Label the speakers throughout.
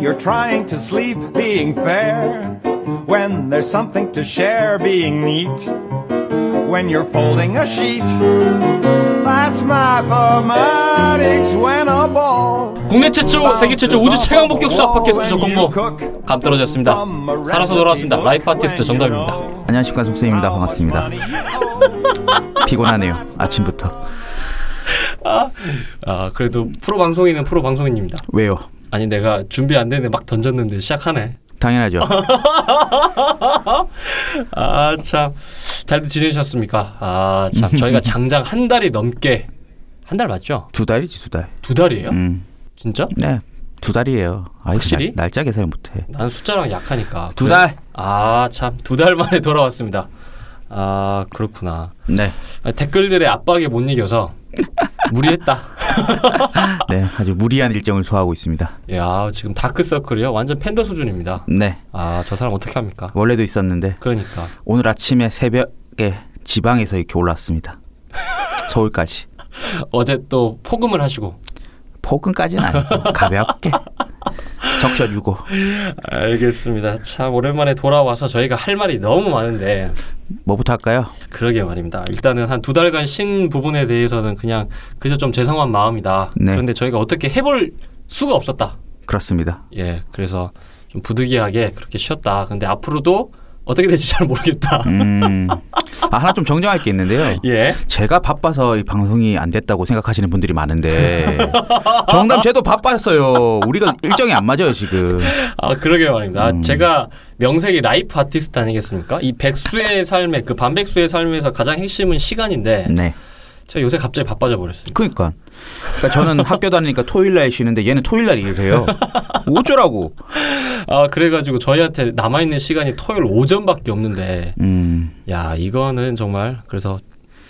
Speaker 1: you're trying to sleep, being fair. When there's something to share, being neat. When you're folding a sheet. That's mathematics when a ball.
Speaker 2: 국내 최초, 세계 최초 우주 최강 목격수학 팟캐스트 조건모 감 떨어졌습니다. 살아서 돌아왔습니다. 라이프 아티스트 정답입니다.
Speaker 3: 안녕하십니까 속쌤입니다 반갑습니다 피곤하네요 아침부터
Speaker 2: 아 그래도 프로 방송인은 프로 방송인입니다.
Speaker 3: 왜요
Speaker 2: 아니 내가 준비 안 되는데 막 던졌는데 시작하네.
Speaker 3: 당연하죠
Speaker 2: 아 참 잘들 지내셨습니까? 아 참 저희가 장장 한 달이 넘게 한 달 맞죠?
Speaker 3: 두 달이지 두달음네두
Speaker 2: 두 달이에요? 진짜?
Speaker 3: 달이에요 아이,
Speaker 2: 확실히?
Speaker 3: 날, 날짜 계산을 못해
Speaker 2: 난 숫자랑 약하니까.
Speaker 3: 두
Speaker 2: 그래.
Speaker 3: 달.
Speaker 2: 아, 참. 두 달 만에 돌아왔습니다. 아, 그렇구나.
Speaker 3: 네,
Speaker 2: 아, 댓글들의 압박에 못 이겨서 무리했다.
Speaker 3: 네 아주 무리한 일정을 소화하고 있습니다
Speaker 2: 야, 예, 아, 지금 다크서클이요. 완전 팬더 수준입니다.
Speaker 3: 네
Speaker 2: 아, 저 사람 어떻게 합니까?
Speaker 3: 원래도 있었는데
Speaker 2: 그러니까.
Speaker 3: 오늘 아침에 새벽에 지방에서 이렇게 올라왔습니다 서울까지
Speaker 2: 어제 또 포금을 하시고.
Speaker 3: 폭근까지는 아니고 가볍게 적셔 주고
Speaker 2: 알겠습니다. 참 오랜만에 돌아와서 저희가 할 말이 너무 많은데
Speaker 3: 뭐부터 할까요
Speaker 2: 그러게 말입니다. 일단은 한 두 달간 쉰 부분에 대해서는 그냥 그저 좀 죄송한 마음이다.
Speaker 3: 네.
Speaker 2: 그런데 저희가 어떻게 해볼 수가 없었다.
Speaker 3: 그렇습니다
Speaker 2: 예, 그래서 좀 부득이하게 그렇게 쉬었다. 근데 앞으로도 어떻게 될지 잘 모르겠다.
Speaker 3: 음아 하나 좀 정정할 게 있는데요
Speaker 2: 예.
Speaker 3: 제가 바빠서 이 방송이 안 됐다고 생각하시는 분들이 많은데 정답 제도 바빴어요. 우리가 일정이 안 맞아요 지금.
Speaker 2: 아, 그러게 말입니다. 제가 명색이 라이프 아티스트 아니겠습니까? 이 백수의 삶에, 그 반백수의 삶에서 가장 핵심은 시간인데,
Speaker 3: 네.
Speaker 2: 제가 요새 갑자기 바빠져 버렸습니다.
Speaker 3: 그러니까. 그러니까 저는 학교 다니니까 토요일 날 쉬는데 얘는 토요일 날 일을 해요. 어쩌라고.
Speaker 2: 아, 그래가지고 저희한테 남아있는 시간이 토요일 오전밖에 없는데,
Speaker 3: 음.
Speaker 2: 야, 이거는 정말, 그래서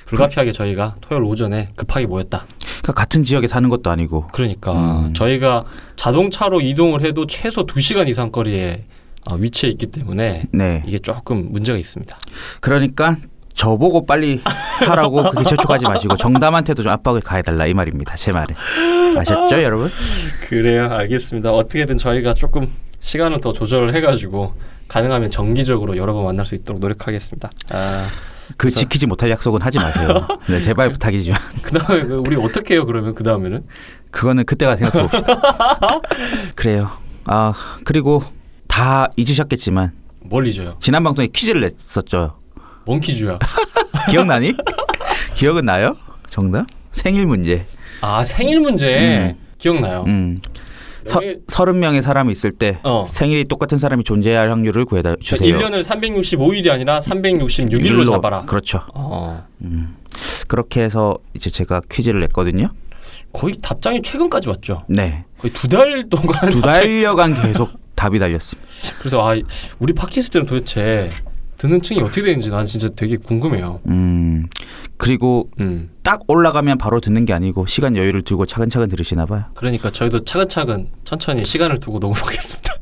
Speaker 2: 불가피하게 저희가 토요일 오전에 급하게 모였다.
Speaker 3: 그러니까 같은 지역에 사는 것도 아니고.
Speaker 2: 그러니까 저희가 자동차로 이동을 해도 최소 2시간 이상 거리에 어, 위치해 있기 때문에
Speaker 3: 네.
Speaker 2: 이게 조금 문제가 있습니다.
Speaker 3: 그러니까 저보고 빨리 하라고 그렇게 저촉하지 마시고 정담한테도 좀 압박을 가해달라 이 말입니다. 제 말에. 아셨죠 여러분?
Speaker 2: 그래요. 알겠습니다. 어떻게든 저희가 조금 시간을 더 조절을 해가지고 가능하면 정기적으로 여러 번 만날 수 있도록 노력하겠습니다. 아,
Speaker 3: 그 지키지 못할 약속은 하지 마세요. 네, 제발 부탁이지만
Speaker 2: 그다음에 그 우리 어떻게 해요? 그러면 그 다음에는
Speaker 3: 그거는 그때가 생각해 봅시다. 그래요. 아 그리고 다 잊으셨겠지만
Speaker 2: 뭘 잊어요?
Speaker 3: 지난 방송에 퀴즈를 냈었죠.
Speaker 2: 몽키즈야.
Speaker 3: 기억나니? 기억은 나요? 정답? 생일 문제.
Speaker 2: 아 생일 문제 기억나요?
Speaker 3: 음. 서,
Speaker 2: 여기-
Speaker 3: 30명의 사람이 있을 때
Speaker 2: 어.
Speaker 3: 생일이 똑같은 사람이 존재할 확률을 구해다 주세요.
Speaker 2: 1년을 365일이 아니라 366일로
Speaker 3: 일로.
Speaker 2: 잡아라.
Speaker 3: 그렇죠.
Speaker 2: 어,
Speaker 3: 그렇게 해서 이제 제가 퀴즈를 냈거든요.
Speaker 2: 거의 답장이 최근까지 왔죠.
Speaker 3: 네.
Speaker 2: 거의 두 달 동안
Speaker 3: 두
Speaker 2: 갑자기-
Speaker 3: 달여간 계속 답이 달렸습니다.
Speaker 2: 그래서 아 우리 팟캐스트는 도대체 듣는 층이 어떻게 되는지 난 진짜 되게 궁금해요.
Speaker 3: 음. 그리고
Speaker 2: 음.
Speaker 3: 딱 올라가면 바로 듣는 게 아니고 시간 여유를 두고 차근차근 들으시나 봐요.
Speaker 2: 그러니까 저희도 차근차근 천천히 시간을 두고 녹음하겠습니다.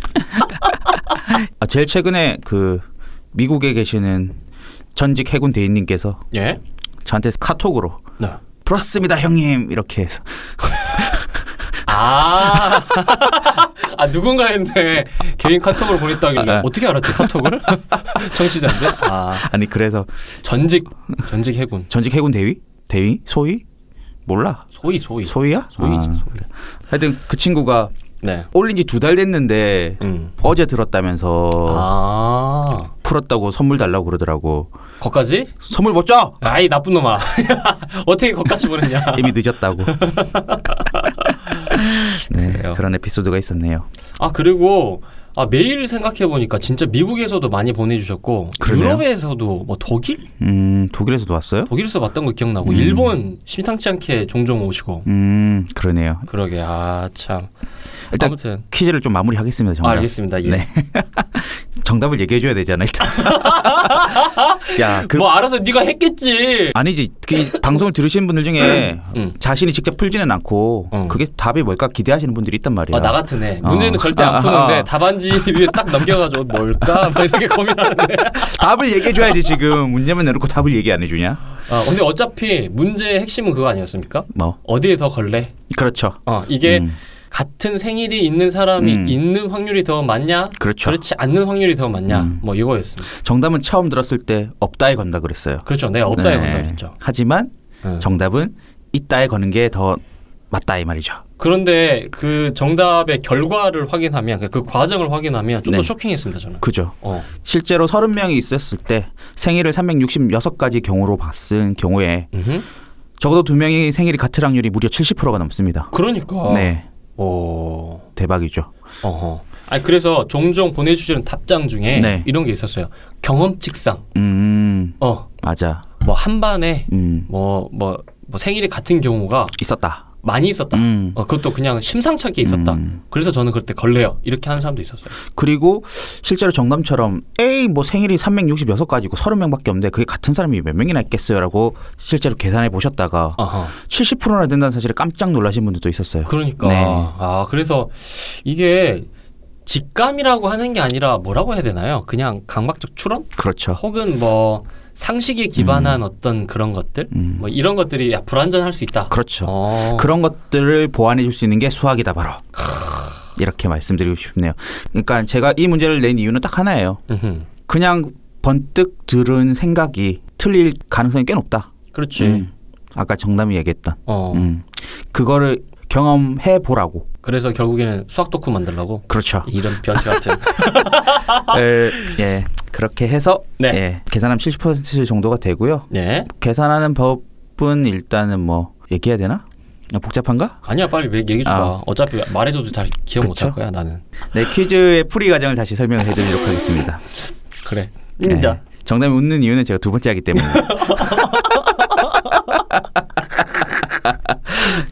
Speaker 3: 아, 제일 최근에 그 미국에 계시는 전직 해군 대위님께서
Speaker 2: 예.
Speaker 3: 저한테 카톡으로
Speaker 2: 네.
Speaker 3: 풀었습니다 형님 이렇게 해서
Speaker 2: 아, 아 누군가 했네. 개인 카톡으로 보냈다길래
Speaker 3: 아, 아.
Speaker 2: 네. 어떻게 알았지 카톡을? 청취자인데. 아
Speaker 3: 아니 그래서
Speaker 2: 전직 전직 해군
Speaker 3: 전직 해군 대위 대위 소위 몰라
Speaker 2: 소위 소위
Speaker 3: 소위야
Speaker 2: 소위지
Speaker 3: 아.
Speaker 2: 소위.
Speaker 3: 하여튼 그 친구가
Speaker 2: 네.
Speaker 3: 올린 지 두 달 됐는데
Speaker 2: 음.
Speaker 3: 어제 들었다면서
Speaker 2: 아
Speaker 3: 풀었다고 선물 달라고 그러더라고
Speaker 2: 거까지?
Speaker 3: 선물 못 줘
Speaker 2: 아이 나쁜 놈아. 어떻게 거까지 보냈냐?
Speaker 3: 이미 늦었다고 네
Speaker 2: 그래요.
Speaker 3: 그런 에피소드가 있었네요
Speaker 2: 아 그리고 아 매일 생각해 보니까 진짜 미국에서도 많이 보내주셨고
Speaker 3: 그러네요.
Speaker 2: 유럽에서도 뭐 독일
Speaker 3: 음 독일에서도 왔어요
Speaker 2: 독일에서 봤던 거 기억나고 일본 심상치 않게 종종 오시고
Speaker 3: 음 그러네요
Speaker 2: 그러게 아 참
Speaker 3: 일단
Speaker 2: 아무튼
Speaker 3: 퀴즈를 좀 마무리하겠습니다
Speaker 2: 아,
Speaker 3: 정답
Speaker 2: 알겠습니다 예.
Speaker 3: 네. 정답을 얘기해줘야 되잖아 일단 야그
Speaker 2: 뭐 알아서 네가 했겠지
Speaker 3: 아니지 그이 방송을 들으시는 분들 중에
Speaker 2: 음.
Speaker 3: 자신이 직접 풀지는 않고
Speaker 2: 음.
Speaker 3: 그게 답이 뭘까 기대하시는 분들이 있단 말이야.
Speaker 2: 아, 나 같은 애
Speaker 3: 어.
Speaker 2: 문제는 절대
Speaker 3: 아, 아,
Speaker 2: 안 푸는데
Speaker 3: 아.
Speaker 2: 답안지 위에 딱 넘겨가지고 뭘까 막 이렇게 고민하는데
Speaker 3: 답을 얘기해줘야지 지금 문제만 내놓고 답을 얘기 안 해주냐?
Speaker 2: 아, 근데 어차피 문제의 핵심은 그거 아니었습니까
Speaker 3: 뭐
Speaker 2: 어디에 더 걸래
Speaker 3: 그렇죠.
Speaker 2: 어 이게 같은 생일이 있는 사람이
Speaker 3: 음.
Speaker 2: 있는 확률이 더 많냐?
Speaker 3: 그렇죠.
Speaker 2: 그렇지 않는 확률이 더 많냐?
Speaker 3: 음.
Speaker 2: 뭐 이거였습니다.
Speaker 3: 정답은 처음 들었을 때 없다에 건다 그랬어요.
Speaker 2: 그렇죠. 내가 없다에
Speaker 3: 네.
Speaker 2: 건다 그랬죠.
Speaker 3: 하지만
Speaker 2: 네.
Speaker 3: 정답은 있다에 거는 게 더 맞다 이 말이죠.
Speaker 2: 그런데 그 정답의 결과를 확인하면 그러니까 그 과정을 확인하면 좀 더
Speaker 3: 네.
Speaker 2: 쇼킹했습니다 저는.
Speaker 3: 그죠.
Speaker 2: 어.
Speaker 3: 실제로 30명이 있었을 때 생일을 366가지 경우로 봤은 경우에
Speaker 2: 음흠.
Speaker 3: 적어도 두 명이 생일이 같을 확률이 무려 70%가 넘습니다.
Speaker 2: 그러니까.
Speaker 3: 네,
Speaker 2: 오.
Speaker 3: 대박이죠.
Speaker 2: 어허. 아니 그래서 종종 보내주시는 답장 중에
Speaker 3: 네.
Speaker 2: 이런 게 있었어요. 경험칙상.
Speaker 3: 음,
Speaker 2: 어.
Speaker 3: 맞아.
Speaker 2: 뭐 한반에
Speaker 3: 음,
Speaker 2: 뭐 뭐 뭐 생일이 같은 경우가
Speaker 3: 있었다.
Speaker 2: 많이 있었다.
Speaker 3: 음.
Speaker 2: 어, 그것도 그냥 심상찮게 있었다.
Speaker 3: 음.
Speaker 2: 그래서 저는 그때 걸려요. 이렇게 하는 사람도 있었어요.
Speaker 3: 그리고 실제로 정담처럼 에이 뭐 생일이 366가지고 30명밖에 없는데 그게 같은 사람이 몇 명이나 있겠어요라고 실제로 계산해 보셨다가
Speaker 2: 아하.
Speaker 3: 70%나 된다는 사실에 깜짝 놀라신 분들도 있었어요.
Speaker 2: 그러니까
Speaker 3: 네.
Speaker 2: 아 그래서 이게 직감이라고 하는 게 아니라 뭐라고 해야 되나요? 그냥 강박적 추론
Speaker 3: 그렇죠.
Speaker 2: 혹은 뭐 상식에 기반한 어떤 그런 것들
Speaker 3: 음.
Speaker 2: 뭐 이런 것들이 야, 불완전할 수 있다.
Speaker 3: 그렇죠.
Speaker 2: 어.
Speaker 3: 그런 것들을 보완해 줄 수 있는 게 수학이다 바로. 이렇게 말씀드리고 싶네요. 그러니까 제가 이 문제를 낸 이유는 딱 하나예요.
Speaker 2: 음흠.
Speaker 3: 그냥 번뜩 들은 생각이 틀릴 가능성이 꽤 높다.
Speaker 2: 그렇지.
Speaker 3: 음. 아까 정담이 얘기했던.
Speaker 2: 어.
Speaker 3: 음. 그거를 경험해 보라고.
Speaker 2: 그래서 결국에는 수학 도쿠 만들라고
Speaker 3: 그렇죠.
Speaker 2: 이런 변태 같은.
Speaker 3: 에, 예. 그렇게 해서
Speaker 2: 네.
Speaker 3: 예, 계산하면 70% 정도가 되고요.
Speaker 2: 네.
Speaker 3: 계산하는 법은 일단은 뭐 얘기해야 되나? 복잡한가?
Speaker 2: 아니야 빨리 얘- 얘기 줘봐.
Speaker 3: 아.
Speaker 2: 어차피 말해줘도 잘 기억 못 할
Speaker 3: 그쵸?
Speaker 2: 거야 나는.
Speaker 3: 네, 퀴즈의 풀이 과정을 다시 설명해 드리도록 하겠습니다.
Speaker 2: 그래.
Speaker 3: 네.
Speaker 2: 입니다.
Speaker 3: 정답이 웃는 이유는 제가 두 번째 하기 때문에.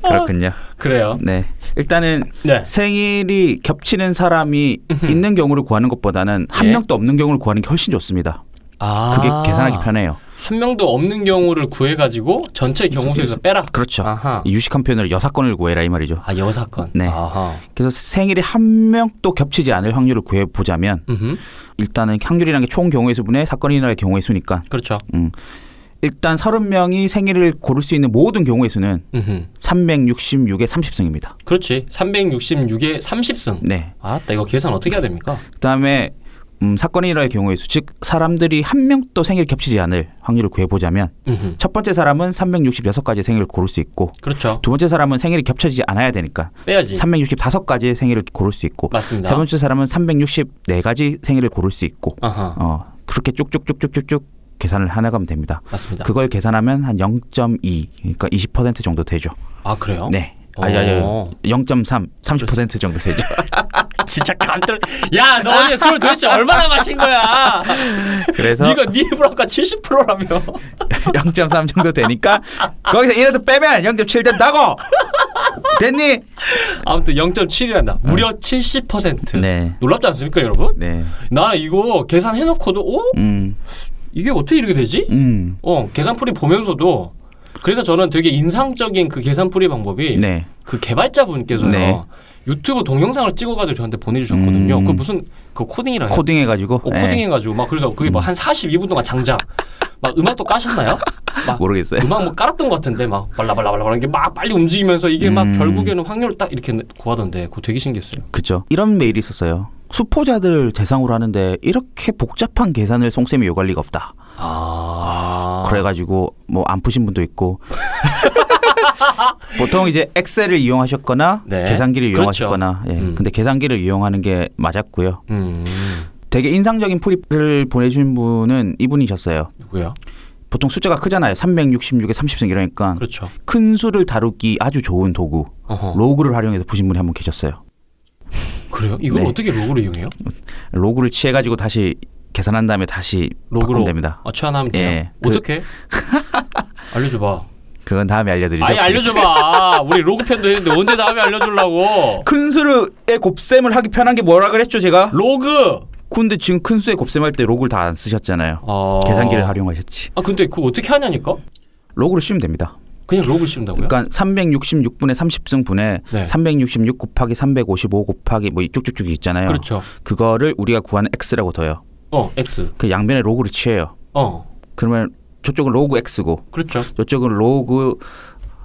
Speaker 3: 그렇군요.
Speaker 2: 그래요.
Speaker 3: 네. 일단은
Speaker 2: 네.
Speaker 3: 생일이 겹치는 사람이 있는 경우를 구하는 것보다는 한
Speaker 2: 예.
Speaker 3: 명도 없는 경우를 구하는 게 훨씬 좋습니다.
Speaker 2: 아.
Speaker 3: 그게 계산하기 편해요.
Speaker 2: 한 명도 없는 경우를 구해가지고 전체 경우수에서 빼라.
Speaker 3: 그렇죠.
Speaker 2: 아하.
Speaker 3: 이 유식한 표현으로 여사건을 구해라 이 말이죠.
Speaker 2: 아 여사건.
Speaker 3: 네.
Speaker 2: 아하.
Speaker 3: 그래서 생일이 한 명도 겹치지 않을 확률을 구해 보자면
Speaker 2: 음흠. 사건이라는
Speaker 3: 일단은 확률이라는 게 총 경우의 수분의 사건이나 경우의 수니까
Speaker 2: 그렇죠.
Speaker 3: 일단 30명이 생일을 고를 수 있는 모든 경우의 수는
Speaker 2: 음흠.
Speaker 3: 366의 30승입니다.
Speaker 2: 그렇지. 366에 30승.
Speaker 3: 네.
Speaker 2: 아따 이거 계산 어떻게 해야 됩니까?
Speaker 3: 그다음에 음, 사건이라의 경우의 수, 즉 사람들이 한 명도 생일 겹치지 않을 확률을 구해보자면
Speaker 2: 음흠.
Speaker 3: 첫 번째 사람은 366가지 생일을 고를 수 있고
Speaker 2: 그렇죠.
Speaker 3: 두 번째 사람은 생일이 겹쳐지지 않아야 되니까
Speaker 2: 빼야지.
Speaker 3: 365가지의 생일을 고를 수 있고
Speaker 2: 맞습니다.
Speaker 3: 세 번째 사람은 364가지 생일을 고를 수 있고
Speaker 2: 아하.
Speaker 3: 어, 그렇게 쭉쭉쭉쭉쭉쭉 계산을 해나가면 됩니다.
Speaker 2: 맞습니다.
Speaker 3: 그걸 계산하면 한 0.2 그러니까 20% 정도 되죠.
Speaker 2: 아 그래요?
Speaker 3: 네. 아니 아니
Speaker 2: 오.
Speaker 3: 0.3 30% 정도 되죠.
Speaker 2: 진짜 감들. 야, 너 어제 술 도대체 얼마나 마신 거야?
Speaker 3: 그래서
Speaker 2: 네가 네 입으로 아까 70%라며.
Speaker 3: 0.3 정도 되니까 거기서 이라도 빼면 0.7 된다고 됐니?
Speaker 2: 아무튼 0.7이란다. 무려 70%.
Speaker 3: 네.
Speaker 2: 놀랍지 않습니까, 여러분?
Speaker 3: 네.
Speaker 2: 나 이거 계산해 놓고도 어?
Speaker 3: 음.
Speaker 2: 이게 어떻게 이렇게 되지?
Speaker 3: 음.
Speaker 2: 어, 계산풀이 보면서도 그래서 저는 되게 인상적인 그 계산풀이 방법이
Speaker 3: 네.
Speaker 2: 그 개발자분께서요.
Speaker 3: 네.
Speaker 2: 유튜브 동영상을 찍어가지고 저한테 보내주셨거든요.
Speaker 3: 음.
Speaker 2: 그 무슨 그 코딩이라 해요.
Speaker 3: 코딩해 음. 가지고 네.
Speaker 2: 어, 코딩해가지고 막 그래서 그게 막 한 42분 동안 장장 막 음악도 까셨나요? 막
Speaker 3: 모르겠어요.
Speaker 2: 음악 뭐 깔았던 것 같은데 막 발라발라발라 이게 막 빨리 움직이면서 이게 막
Speaker 3: 음.
Speaker 2: 결국에는 확률을 딱 이렇게 구하던데 그거 되게 신기했어요.
Speaker 3: 그죠. 이런 메일이 있었어요. 수포자들 대상으로 하는데 이렇게 복잡한 계산을 송쌤이 요구할 리가 없다.
Speaker 2: 아
Speaker 3: 그래가지고 뭐 안 푸신 분도 있고 보통 이제 엑셀을 이용하셨거나
Speaker 2: 네.
Speaker 3: 계산기를
Speaker 2: 그렇죠.
Speaker 3: 이용하셨거나 예.
Speaker 2: 음.
Speaker 3: 근데 계산기를 이용하는 게 맞았고요.
Speaker 2: 음
Speaker 3: 되게 인상적인 풀이를 보내주신 분은 이분이셨어요.
Speaker 2: 누구야?
Speaker 3: 보통 숫자가 크잖아요. 366에 30승 이러니까
Speaker 2: 그렇죠.
Speaker 3: 큰 수를 다루기 아주 좋은 도구
Speaker 2: 어허.
Speaker 3: 로그를 활용해서 푸신 분이 한 분 계셨어요.
Speaker 2: 그래요? 이걸
Speaker 3: 네.
Speaker 2: 어떻게 로그로 이용해요?
Speaker 3: 로그를 취해가지고 다시 계산한 다음에 다시
Speaker 2: 로그로
Speaker 3: 바꾸면 됩니다.
Speaker 2: 아 취하나면 돼요.
Speaker 3: 예, 그-
Speaker 2: 어떻게? 알려줘봐.
Speaker 3: 그건 다음에 알려드리죠.
Speaker 2: 아니 알려줘봐. 우리 로그 편도 했는데 언제 다음에 알려주려고?
Speaker 3: 큰 수의 곱셈을 하기 편한 게 뭐라 그랬죠 제가?
Speaker 2: 로그.
Speaker 3: 근데 지금 큰 수의 곱셈할 때 로그를 다 안 쓰셨잖아요.
Speaker 2: 어...
Speaker 3: 계산기를 활용하셨지.
Speaker 2: 아 근데 그거 어떻게 하냐니까?
Speaker 3: 로그를 쓰면 됩니다.
Speaker 2: 그냥 로그 씌운다고요?
Speaker 3: 그러니까 366분의 30승 분의
Speaker 2: 네.
Speaker 3: 366 곱하기 355 곱하기 뭐 이 쭉쭉쭉 있잖아요.
Speaker 2: 그렇죠.
Speaker 3: 그거를 우리가 구하는 x라고 더요.
Speaker 2: 어 X.
Speaker 3: 그 양변에 로그를 취해요.
Speaker 2: 어
Speaker 3: 그러면 저쪽은 로그 x고
Speaker 2: 그렇죠.
Speaker 3: 저쪽은 로그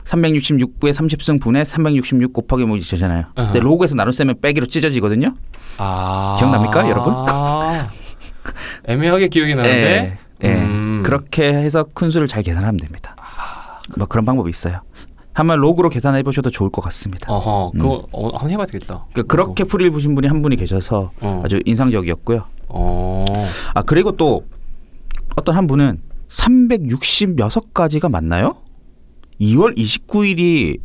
Speaker 3: 366부의 30승 분의 366 곱하기 뭐 이잖아요. 근데
Speaker 2: 아하.
Speaker 3: 로그에서 나눗셈은 빼기로 찢어지거든요.
Speaker 2: 아.
Speaker 3: 기억납니까, 여러분?
Speaker 2: 아. 애매하게 기억이 나는데.
Speaker 3: 예, 예.
Speaker 2: 아, 음.
Speaker 3: 그렇게 해서 큰 수를 잘 계산하면 됩니다.
Speaker 2: 아.
Speaker 3: 뭐 그런 방법이 있어요. 한번 로그로 계산해 보셔도 좋을 것 같습니다.
Speaker 2: 어허. 그거 어, 한번 해봐야 되겠다.
Speaker 3: 음. 그러니까 그렇게 풀이를 보신 분이 한 분이 계셔서
Speaker 2: 어.
Speaker 3: 아주 인상적이었고요.
Speaker 2: 어.
Speaker 3: 아 그리고 또 어떤 한 분은 366가지가 맞나요? 2월 29일이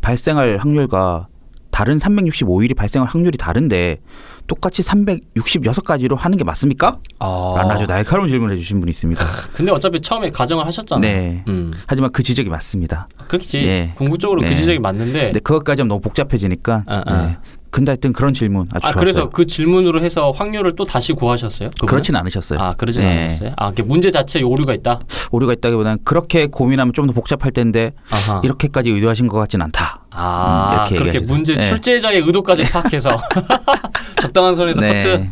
Speaker 3: 발생할 확률과 다른 365일이 발생할 확률이 다른데 똑같이 366가지로 하는 게 맞습니까?
Speaker 2: 아.
Speaker 3: 라는 아주 날카로운 질문을 해주신 분이 있습니다.
Speaker 2: 근데 어차피 처음에 가정을 하셨잖아요.
Speaker 3: 네.
Speaker 2: 음.
Speaker 3: 하지만 그 지적이 맞습니다.
Speaker 2: 그렇지.
Speaker 3: 예.
Speaker 2: 궁극적으로
Speaker 3: 네.
Speaker 2: 그 지적이 맞는데.
Speaker 3: 근데 그것까지 하면 너무 복잡해지니까.
Speaker 2: 아, 아.
Speaker 3: 네. 근데 하여튼 그런 질문 아주
Speaker 2: 아
Speaker 3: 좋았어요.
Speaker 2: 그래서 그 질문으로 해서 확률을 또 다시 구하셨어요? 그분은?
Speaker 3: 그렇진 않으셨어요.
Speaker 2: 아 그러진
Speaker 3: 네.
Speaker 2: 않았어요. 아 이게 문제 자체에 오류가 있다.
Speaker 3: 오류가 있다기보다는 그렇게 고민하면 좀 더 복잡할 텐데
Speaker 2: 아하.
Speaker 3: 이렇게까지 의도하신 것 같진 않다.
Speaker 2: 아
Speaker 3: 음, 이렇게
Speaker 2: 그렇게
Speaker 3: 얘기하셔서.
Speaker 2: 문제
Speaker 3: 네.
Speaker 2: 출제자의 의도까지 파악해서 적당한 선에서
Speaker 3: 네.
Speaker 2: 커트.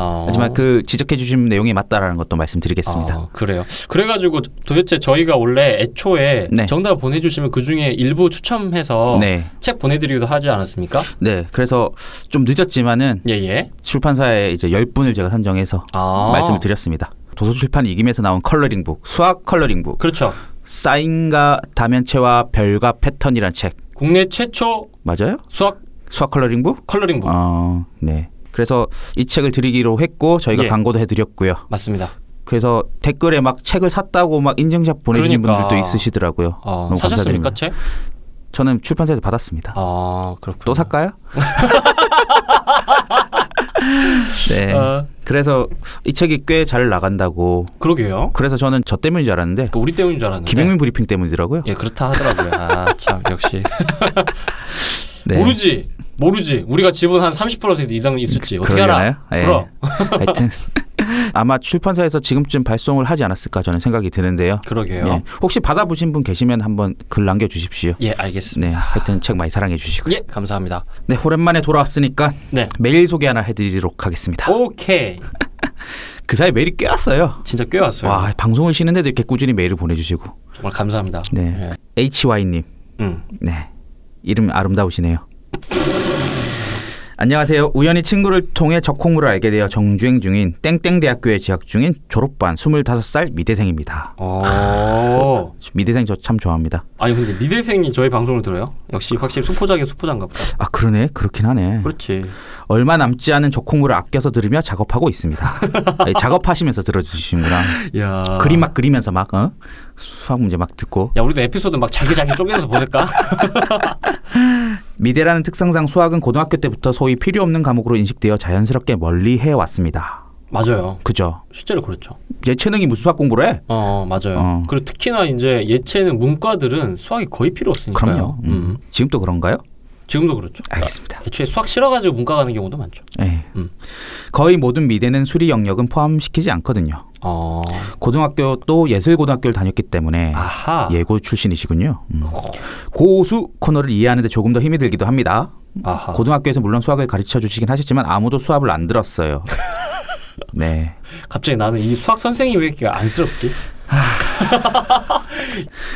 Speaker 2: 어.
Speaker 3: 하지만 그 지적해 주신 내용이 맞다라는 것도 말씀드리겠습니다.
Speaker 2: 아, 그래요. 그래가지고 도대체 저희가 원래 애초에
Speaker 3: 네.
Speaker 2: 정답 보내주시면 그 중에 일부 추첨해서
Speaker 3: 네.
Speaker 2: 책 보내드리기도 하지 않았습니까?
Speaker 3: 네. 그래서 좀 늦었지만은
Speaker 2: 예예.
Speaker 3: 출판사에 이제 10분을 제가 선정해서
Speaker 2: 아.
Speaker 3: 말씀을 드렸습니다. 도서출판 이김에서 나온 컬러링북, 수학 컬러링북,
Speaker 2: 그렇죠.
Speaker 3: 사인과 다면체와 별과 패턴이란 책.
Speaker 2: 국내 최초
Speaker 3: 맞아요?
Speaker 2: 수학
Speaker 3: 수학 컬러링북?
Speaker 2: 컬러링북
Speaker 3: 어, 네. 그래서 이 책을 드리기로 했고 저희가
Speaker 2: 예.
Speaker 3: 광고도 해드렸고요.
Speaker 2: 맞습니다.
Speaker 3: 그래서 댓글에 막 책을 샀다고 막 인증샷 보내주신
Speaker 2: 그러니까.
Speaker 3: 분들도 있으시더라고요.
Speaker 2: 어,
Speaker 3: 너무
Speaker 2: 사셨습니까
Speaker 3: 감사드립니다.
Speaker 2: 책?
Speaker 3: 저는 출판사에서 받았습니다.
Speaker 2: 아 그렇군.
Speaker 3: 또 살까요? 네.
Speaker 2: 아,
Speaker 3: 그래서 이 책이 꽤 잘 나간다고.
Speaker 2: 그러게요.
Speaker 3: 그래서 저는 저 때문인 줄 알았는데
Speaker 2: 그러니까 우리 때문인 줄 알았는데.
Speaker 3: 김영민 브리핑 때문이더라고요.
Speaker 2: 예 그렇다 하더라고요. 아참 역시
Speaker 3: 네.
Speaker 2: 모르지 모르지 우리가 지분 한 30% 이상 있을지 어떻게 알아?
Speaker 3: 그러려나요? 예.
Speaker 2: 그럼
Speaker 3: 하여튼 아마 출판사에서 지금쯤 발송을 하지 않았을까 저는 생각이 드는데요.
Speaker 2: 그러게요.
Speaker 3: 예. 혹시 받아보신 분 계시면 한번 글 남겨주십시오.
Speaker 2: 예 알겠습니다.
Speaker 3: 네, 하여튼 책 많이 사랑해 주시고.
Speaker 2: 예 감사합니다.
Speaker 3: 네, 오랜만에 돌아왔으니까
Speaker 2: 네 어?
Speaker 3: 메일 소개 하나 해드리도록 하겠습니다.
Speaker 2: 오케이
Speaker 3: 그 사이 메일이 꽤 왔어요.
Speaker 2: 진짜 꽤 왔어요.
Speaker 3: 와, 방송을 쉬는데도 이렇게 꾸준히 메일을 보내주시고.
Speaker 2: 정말 감사합니다.
Speaker 3: 네.
Speaker 2: 예.
Speaker 3: HY님.
Speaker 2: 음.
Speaker 3: 네. 이름 아름다우시네요. 안녕하세요. 우연히 친구를 통해 적콩물을 알게 되어 정주행 중인 땡땡대학교에 재학 중인 졸업반 25살 미대생입니다.
Speaker 2: 오.
Speaker 3: 미대생 저 참 좋아합니다.
Speaker 2: 아니 근데 미대생이 저희 방송을 들어요? 역시 확실히 수포자긴 수포자인가 보다.
Speaker 3: 아 그러네. 그렇긴 하네.
Speaker 2: 그렇지.
Speaker 3: 얼마 남지 않은 적콩물을 아껴서 들으며 작업하고 있습니다. 네, 작업하시면서 들어주시는구나.
Speaker 2: 야.
Speaker 3: 그림 막 그리면서 막 어? 수학 문제 막 듣고
Speaker 2: 야 우리도 에피소드 막 자기 자기 쪼개서 보낼까?
Speaker 3: 미대라는 특성상 수학은 고등학교 때부터 소위 필요 없는 과목으로 인식되어 자연스럽게 멀리 해왔습니다.
Speaker 2: 맞아요.
Speaker 3: 그죠?
Speaker 2: 실제로 그렇죠.
Speaker 3: 예체능이 무슨 수학 공부를 해?
Speaker 2: 어 맞아요.
Speaker 3: 어.
Speaker 2: 그리고 특히나 이제 예체능 문과들은 수학이 거의 필요 없으니까요.
Speaker 3: 그럼요. 음.
Speaker 2: 음.
Speaker 3: 지금도 그런가요?
Speaker 2: 지금도 그렇죠.
Speaker 3: 알겠습니다.
Speaker 2: 애초에 수학 싫어가지고 문과 가는 경우도 많죠.
Speaker 3: 예.
Speaker 2: 음.
Speaker 3: 거의 모든 미대는 수리 영역은 포함시키지 않거든요.
Speaker 2: 어
Speaker 3: 네. 고등학교 또 예술고등학교를 다녔기 때문에
Speaker 2: 아하. 어.
Speaker 3: 예고 출신이시군요. 음. 고수 코너를 이해하는데 조금 더 힘이 들기도 합니다.
Speaker 2: 아하.
Speaker 3: 고등학교에서 물론 수학을 가르쳐 주시긴 하셨지만 아무도 수업을 안 들었어요. 네.
Speaker 2: 갑자기 나는 이 수학 선생님 왜 이렇게 안쓰럽지?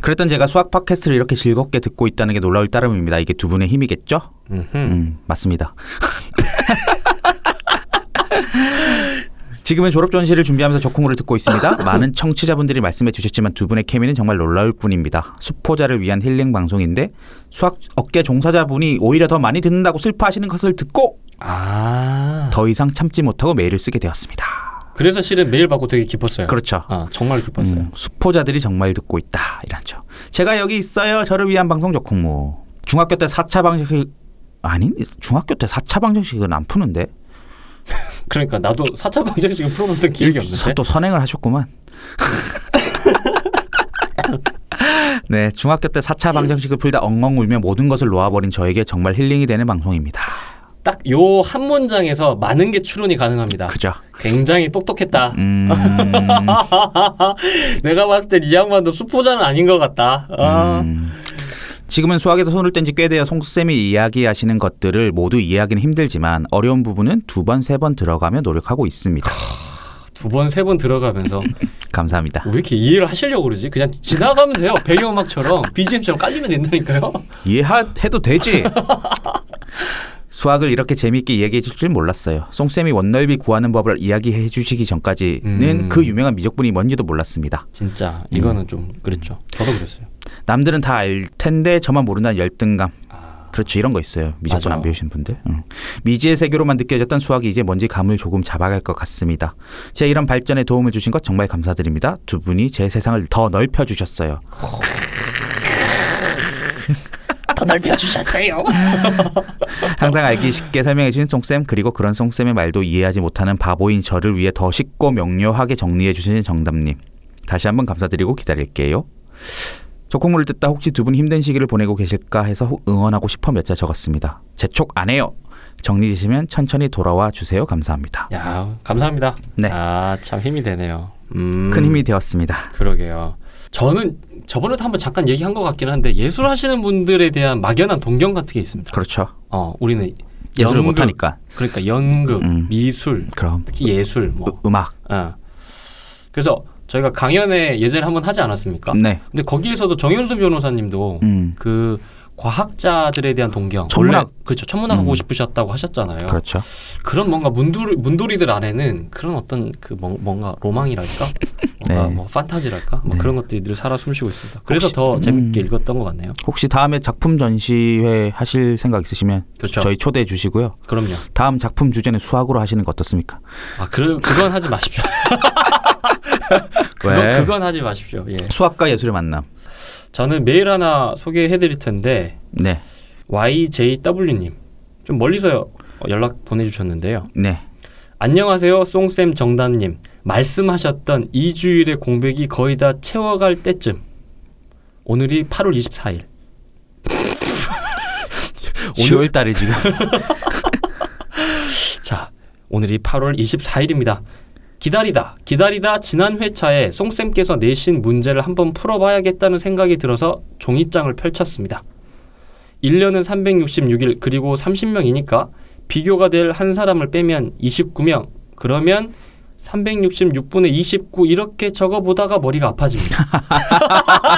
Speaker 3: 그랬던 제가 수학 팟캐스트를 이렇게 즐겁게 듣고 있다는 게 놀라울 따름입니다. 이게 두 분의 힘이겠죠?
Speaker 2: 음흠.
Speaker 3: 음, 맞습니다. 지금은 졸업 전시를 준비하면서 적콩물을 듣고 있습니다. 많은 청취자분들이 말씀해 주셨지만 두 분의 케미는 정말 놀라울 뿐입니다. 수포자를 위한 힐링 방송인데 수학 업계 종사자분이 오히려 더 많이 듣는다고 슬퍼하시는 것을 듣고
Speaker 2: 아.
Speaker 3: 더 이상 참지 못하고 메일을 쓰게 되었습니다.
Speaker 2: 그래서 실은 메일 받고 되게 기뻤어요.
Speaker 3: 그렇죠.
Speaker 2: 아 정말 기뻤어요.
Speaker 3: 음, 수포자들이 정말 듣고 있다. 이란죠. 제가 여기 있어요. 저를 위한 방송 적콩무. 중학교 때 4차 방정식 아닌 중학교 때 4차 방정식은 안 푸는데.
Speaker 2: 그러니까 나도 4차 방정식을 풀어봤던 기억이 없는데.
Speaker 3: 서- 또 선행을 하셨구만. 네, 중학교 때 4차 방정식을 풀다 엉엉 울며 모든 것을 놓아버린 저에게 정말 힐링이 되는 방송입니다.
Speaker 2: 딱 요 한 문장에서 많은 게 추론이 가능합니다.
Speaker 3: 그죠?
Speaker 2: 굉장히 똑똑했다.
Speaker 3: 음,
Speaker 2: 내가 봤을 땐 이 양반도 수포자는 아닌 것 같다. 아.
Speaker 3: 음. 지금은 수학에서 손을 뗀 지 꽤 되어 송쌤이 이야기하시는 것들을 모두 이해하기는 힘들지만 어려운 부분은 두 번, 세 번 들어가며 노력하고 있습니다.
Speaker 2: 두 번, 세 번 들어가면서
Speaker 3: 감사합니다.
Speaker 2: 왜 이렇게 이해를 하시려고 그러지? 그냥 지나가면 돼요. 배경음악처럼 BGM처럼 깔리면 된다니까요.
Speaker 3: 이해해도 되지. 수학을 이렇게 재미있게 이야기해 줄 줄 몰랐어요. 송쌤이 원넓이 구하는 법을 이야기해 주시기 전까지는
Speaker 2: 음.
Speaker 3: 그 유명한 미적분이 뭔지도 몰랐습니다.
Speaker 2: 진짜
Speaker 3: 음.
Speaker 2: 이거는 좀 그랬죠. 저도 그랬어요.
Speaker 3: 남들은 다 알 텐데 저만 모른다는 열등감. 그렇죠 이런 거 있어요 미적분
Speaker 2: 아. 맞아.
Speaker 3: 안 배우신 분들 응. 미지의 세계로만 느껴졌던 수학이 이제 뭔지 감을 조금 잡아갈 것 같습니다 제 이런 발전에 도움을 주신 것 정말 감사드립니다 두 분이 제 세상을 더 넓혀 주셨어요
Speaker 2: 더 넓혀 주셨어요.
Speaker 3: 항상 알기 쉽게 설명해 주신 송쌤 그리고 그런 송쌤의 말도 이해하지 못하는 바보인 저를 위해 더 쉽고 명료하게 정리해 주신 정답님 다시 한번 감사드리고 기다릴게요 조콩물을 뜯다 혹시 두 분 힘든 시기를 보내고 계실까 해서 호- 응원하고 싶어 몇 자 적었습니다 재촉 안 해요 정리되시면 천천히 돌아와 주세요 감사합니다
Speaker 2: 야, 감사합니다.
Speaker 3: 네.
Speaker 2: 아, 참 힘이 되네요. 음,
Speaker 3: 큰 힘이 되었습니다
Speaker 2: 그러게요. 저는 저번에도 한번 잠깐 얘기한 것 같긴 한데 예술 하시는 분들에 대한 막연한 동경 같은 게 있습니다.
Speaker 3: 그렇죠
Speaker 2: 어, 우리는
Speaker 3: 예술을
Speaker 2: 연극,
Speaker 3: 못하니까
Speaker 2: 그러니까 연극,
Speaker 3: 음.
Speaker 2: 미술,
Speaker 3: 그럼
Speaker 2: 특히 예술 뭐.
Speaker 3: 으- 음악
Speaker 2: 어. 그래서 저희가 강연회 예전에 한번 하지 않았습니까?
Speaker 3: 네
Speaker 2: 근데 거기에서도 정현수 변호사님도
Speaker 3: 음,
Speaker 2: 그 과학자들에 대한 동경,
Speaker 3: 천문학. 음.
Speaker 2: 원래- 그렇죠. 천문학 하고 싶으셨다고 하셨잖아요.
Speaker 3: 그렇죠
Speaker 2: 그런 뭔가 문돌이, 문돌이들 안에는 그런 어떤 그 뭐- 뭔가 로망이랄까, 뭔가
Speaker 3: 네.
Speaker 2: 뭐 판타지랄까, 뭐
Speaker 3: 네.
Speaker 2: 그런 것들이 늘 살아 숨쉬고 있습니다. 그래서
Speaker 3: 혹시-
Speaker 2: 더 재밌게
Speaker 3: 음.
Speaker 2: 읽었던 것 같네요.
Speaker 3: 혹시 다음에 작품 전시회 하실 생각 있으시면
Speaker 2: 그렇죠.
Speaker 3: 저희 초대해 주시고요
Speaker 2: 그럼요.
Speaker 3: 다음 작품 주제는 수학으로 하시는 거 어떻습니까?
Speaker 2: 아, 그, 그건 하지 마십시오. 그건, 그건 하지 마십시오. 예.
Speaker 3: 네. 수학과 예술의 만남.
Speaker 2: 저는 메일 하나 소개해드릴 텐데
Speaker 3: 네,
Speaker 2: YJW님 좀 멀리서 연락 보내주셨는데요.
Speaker 3: 네.
Speaker 2: 안녕하세요, 송쌤 정단님. 말씀하셨던 2주일의 공백이 거의 다 채워갈 때쯤. 오늘이 8월 24일.
Speaker 3: 10월 달에 지금
Speaker 2: 자, 오늘이 8월 24일입니다. 기다리다, 기다리다 지난 회차에 송쌤께서 내신 문제를 한번 풀어봐야겠다는 생각이 들어서 종이장을 펼쳤습니다. 1년은 366일, 그리고 30명이니까 비교가 될 한 사람을 빼면 29명, 그러면 366분의 29 이렇게 적어보다가 머리가 아파집니다.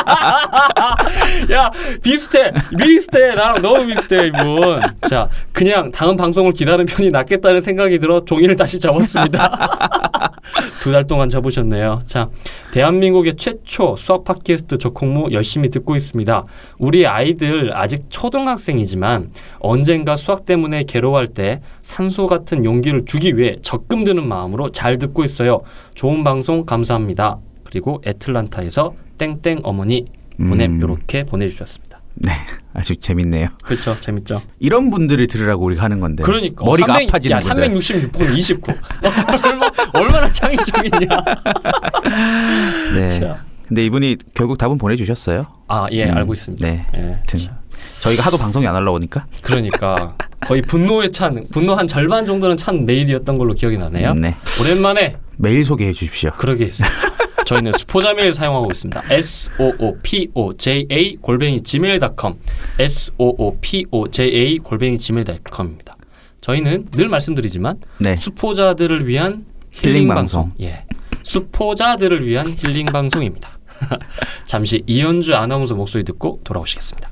Speaker 2: 야 비슷해 비슷해 나랑 너무 비슷해 이분 자 그냥 다음 방송을 기다리는 편이 낫겠다는 생각이 들어 종이를 다시 접었습니다 두 달 동안 접으셨네요 자 대한민국의 최초 수학 팟캐스트 적콩무 열심히 듣고 있습니다 우리 아이들 아직 초등학생이지만 언젠가 수학 때문에 괴로워할 때 산소 같은 용기를 주기 위해 적금 드는 마음으로 잘 듣고 있어요 좋은 방송 감사합니다 그리고 애틀란타에서 땡땡 어머니 보냄
Speaker 3: 음.
Speaker 2: 이렇게 보내주셨습니다.
Speaker 3: 아주 재밌네요.
Speaker 2: 그렇죠, 재밌죠.
Speaker 3: 이런 분들이 들으라고 우리가 하는 건데.
Speaker 2: 그러니까
Speaker 3: 네. 머리가
Speaker 2: 300
Speaker 3: 아파지는
Speaker 2: 야,
Speaker 3: 분들.
Speaker 2: 366분 29. 얼마, 얼마나 창의적이냐.
Speaker 3: 네.
Speaker 2: 자.
Speaker 3: 근데 이분이 결국 답은 보내주셨어요.
Speaker 2: 아, 예,
Speaker 3: 음,
Speaker 2: 알고 있습니다.
Speaker 3: 네.
Speaker 2: 예.
Speaker 3: 아무튼 저희가 하도 방송이 안 올라오니까.
Speaker 2: 그러니까 거의 분노에 찬 분노 한 절반 정도는 찬 메일이었던 걸로 기억이 나네요.
Speaker 3: 네.
Speaker 2: 오랜만에
Speaker 3: 메일 소개해 주십시오.
Speaker 2: 그러게 했습니다. 저희는 스포자 메일 사용하고 있습니다. s o o p o j a 골뱅이 gmail.com s o o p o j a 골뱅이 gmail.com입니다. 저희는 늘 말씀드리지만
Speaker 3: 네.
Speaker 2: 수포자들을 위한 힐링,
Speaker 3: 힐링
Speaker 2: 방송.
Speaker 3: 방송.
Speaker 2: 예. 수포자들을 위한 힐링 방송입니다. 잠시 이현주 아나운서 목소리 듣고 돌아오시겠습니다.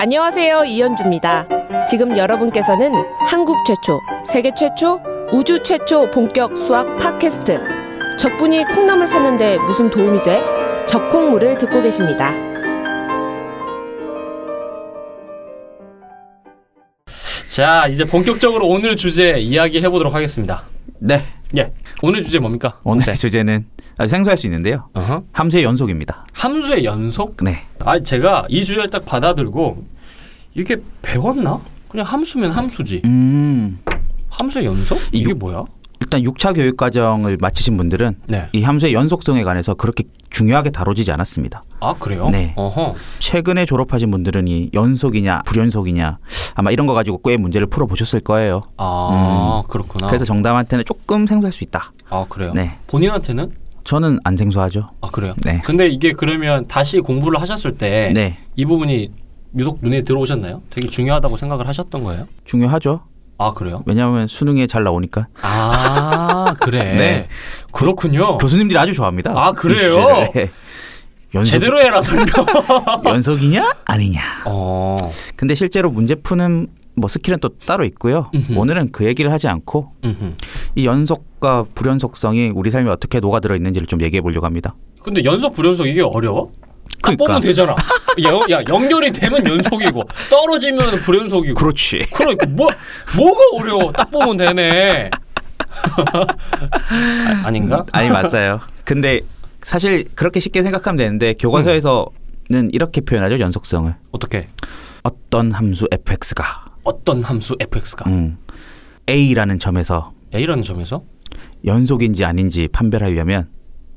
Speaker 4: 안녕하세요. 이현주입니다. 지금 여러분께서는 한국 최초, 세계 최초, 우주 최초 본격 수학 팟캐스트. 적분이 콩나물 샀는데 무슨 도움이 돼? 적콩물을 듣고 계십니다.
Speaker 2: 자, 이제 본격적으로 오늘 주제 이야기해 보도록 하겠습니다.
Speaker 3: 네.
Speaker 2: 예. 오늘 주제 뭡니까?
Speaker 3: 오늘
Speaker 2: 선생?
Speaker 3: 주제는 아주 생소할 수 있는데요.
Speaker 2: 어허.
Speaker 3: 함수의 연속입니다.
Speaker 2: 함수의 연속?
Speaker 3: 네.
Speaker 2: 아, 제가 이 주제를 딱 받아들고 이게 배웠나? 그냥 함수면 함수지.
Speaker 3: 음.
Speaker 2: 함수의 연속? 이게 뭐야?
Speaker 3: 일단 6차 교육 과정을 마치신 분들은
Speaker 2: 네.
Speaker 3: 이 함수의 연속성에 관해서 그렇게 중요하게 다뤄지지 않았습니다.
Speaker 2: 아, 그래요?
Speaker 3: 네.
Speaker 2: 어허.
Speaker 3: 최근에 졸업하신 분들은 이 연속이냐 불연속이냐 아마 이런 거 가지고 꽤 문제를 풀어 보셨을 거예요.
Speaker 2: 아, 그렇구나.
Speaker 3: 그래서 정답한테는 조금 생소할 수 있다.
Speaker 2: 아, 그래요.
Speaker 3: 음. 네.
Speaker 2: 본인한테는
Speaker 3: 저는 안 생소하죠.
Speaker 2: 아 그래요.
Speaker 3: 네.
Speaker 2: 근데 이게 그러면 다시 공부를 하셨을 때 이
Speaker 3: 네.
Speaker 2: 부분이 유독 눈에 들어오셨나요? 되게 중요하다고 생각을 하셨던 거예요?
Speaker 3: 중요하죠.
Speaker 2: 아 그래요?
Speaker 3: 왜냐하면 수능에 잘 나오니까
Speaker 2: 아 그래.
Speaker 3: 네.
Speaker 2: 그렇군요.
Speaker 3: 교수님들이 아주 좋아합니다.
Speaker 2: 어. 아, 그래요?
Speaker 3: 이 주제를. 네. 연속,
Speaker 2: 제대로 해라 설명.
Speaker 3: 연속이냐 아니냐.
Speaker 2: 어.
Speaker 3: 근데 실제로 문제 푸는 뭐 스킬은 또 따로 있고요.
Speaker 2: 음흠.
Speaker 3: 오늘은 그 얘기를 하지 않고
Speaker 2: 음흠.
Speaker 3: 이 연속과 불연속성이 우리 삶에 어떻게 녹아들어 있는지를 좀 얘기해 보려고 합니다.
Speaker 2: 근데 연속 불연속 이게 어려워? 딱
Speaker 3: 그러니까.
Speaker 2: 보면 되잖아. 야, 야 연결이 되면 연속이고 떨어지면 불연속이고.
Speaker 3: 그렇지.
Speaker 2: 그러니까 뭐 뭐가 어려워? 딱 보면 되네. 아, 아닌가?
Speaker 3: 아니 맞아요. 근데 사실 그렇게 쉽게 생각하면 되는데 교과서에서는 이렇게 표현하죠 연속성을.
Speaker 2: 어떻게?
Speaker 3: 어떤 함수 fx가
Speaker 2: 어떤 함수 fx가
Speaker 3: 음, a라는 점에서
Speaker 2: a라는 점에서
Speaker 3: 연속인지 아닌지 판별하려면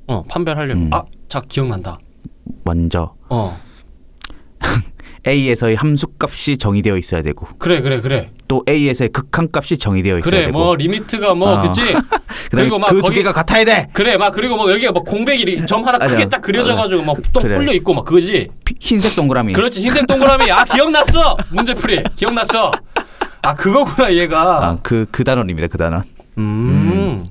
Speaker 2: 어, 판별하려면
Speaker 3: 음.
Speaker 2: 아, 자 기억난다.
Speaker 3: 먼저
Speaker 2: 어.
Speaker 3: a에서의 함수 값이 정의되어 있어야 되고
Speaker 2: 그래 그래 그래.
Speaker 3: 또 a에서의 극한 값이 정의되어 있어야
Speaker 2: 그래
Speaker 3: 되고
Speaker 2: 뭐 리미트가 뭐
Speaker 3: 어.
Speaker 2: 그치?
Speaker 3: 그다음에
Speaker 2: 그리고 막
Speaker 3: 그 두
Speaker 2: 거기-
Speaker 3: 개가 같아야 돼.
Speaker 2: 그래 막 그리고 뭐 여기가 막 공백이 이렇게 점 하나
Speaker 3: 맞아.
Speaker 2: 크게 딱 그려져 가지고 막똥
Speaker 3: 그래.
Speaker 2: 뿔려 있고 막 그지?
Speaker 3: 피- 흰색 동그라미.
Speaker 2: 그렇지 흰색 동그라미 아 기억났어 문제풀이 기억났어 아 그거구나 얘가
Speaker 3: 아, 그, 그 단어입니다. 그 단어.
Speaker 2: 음,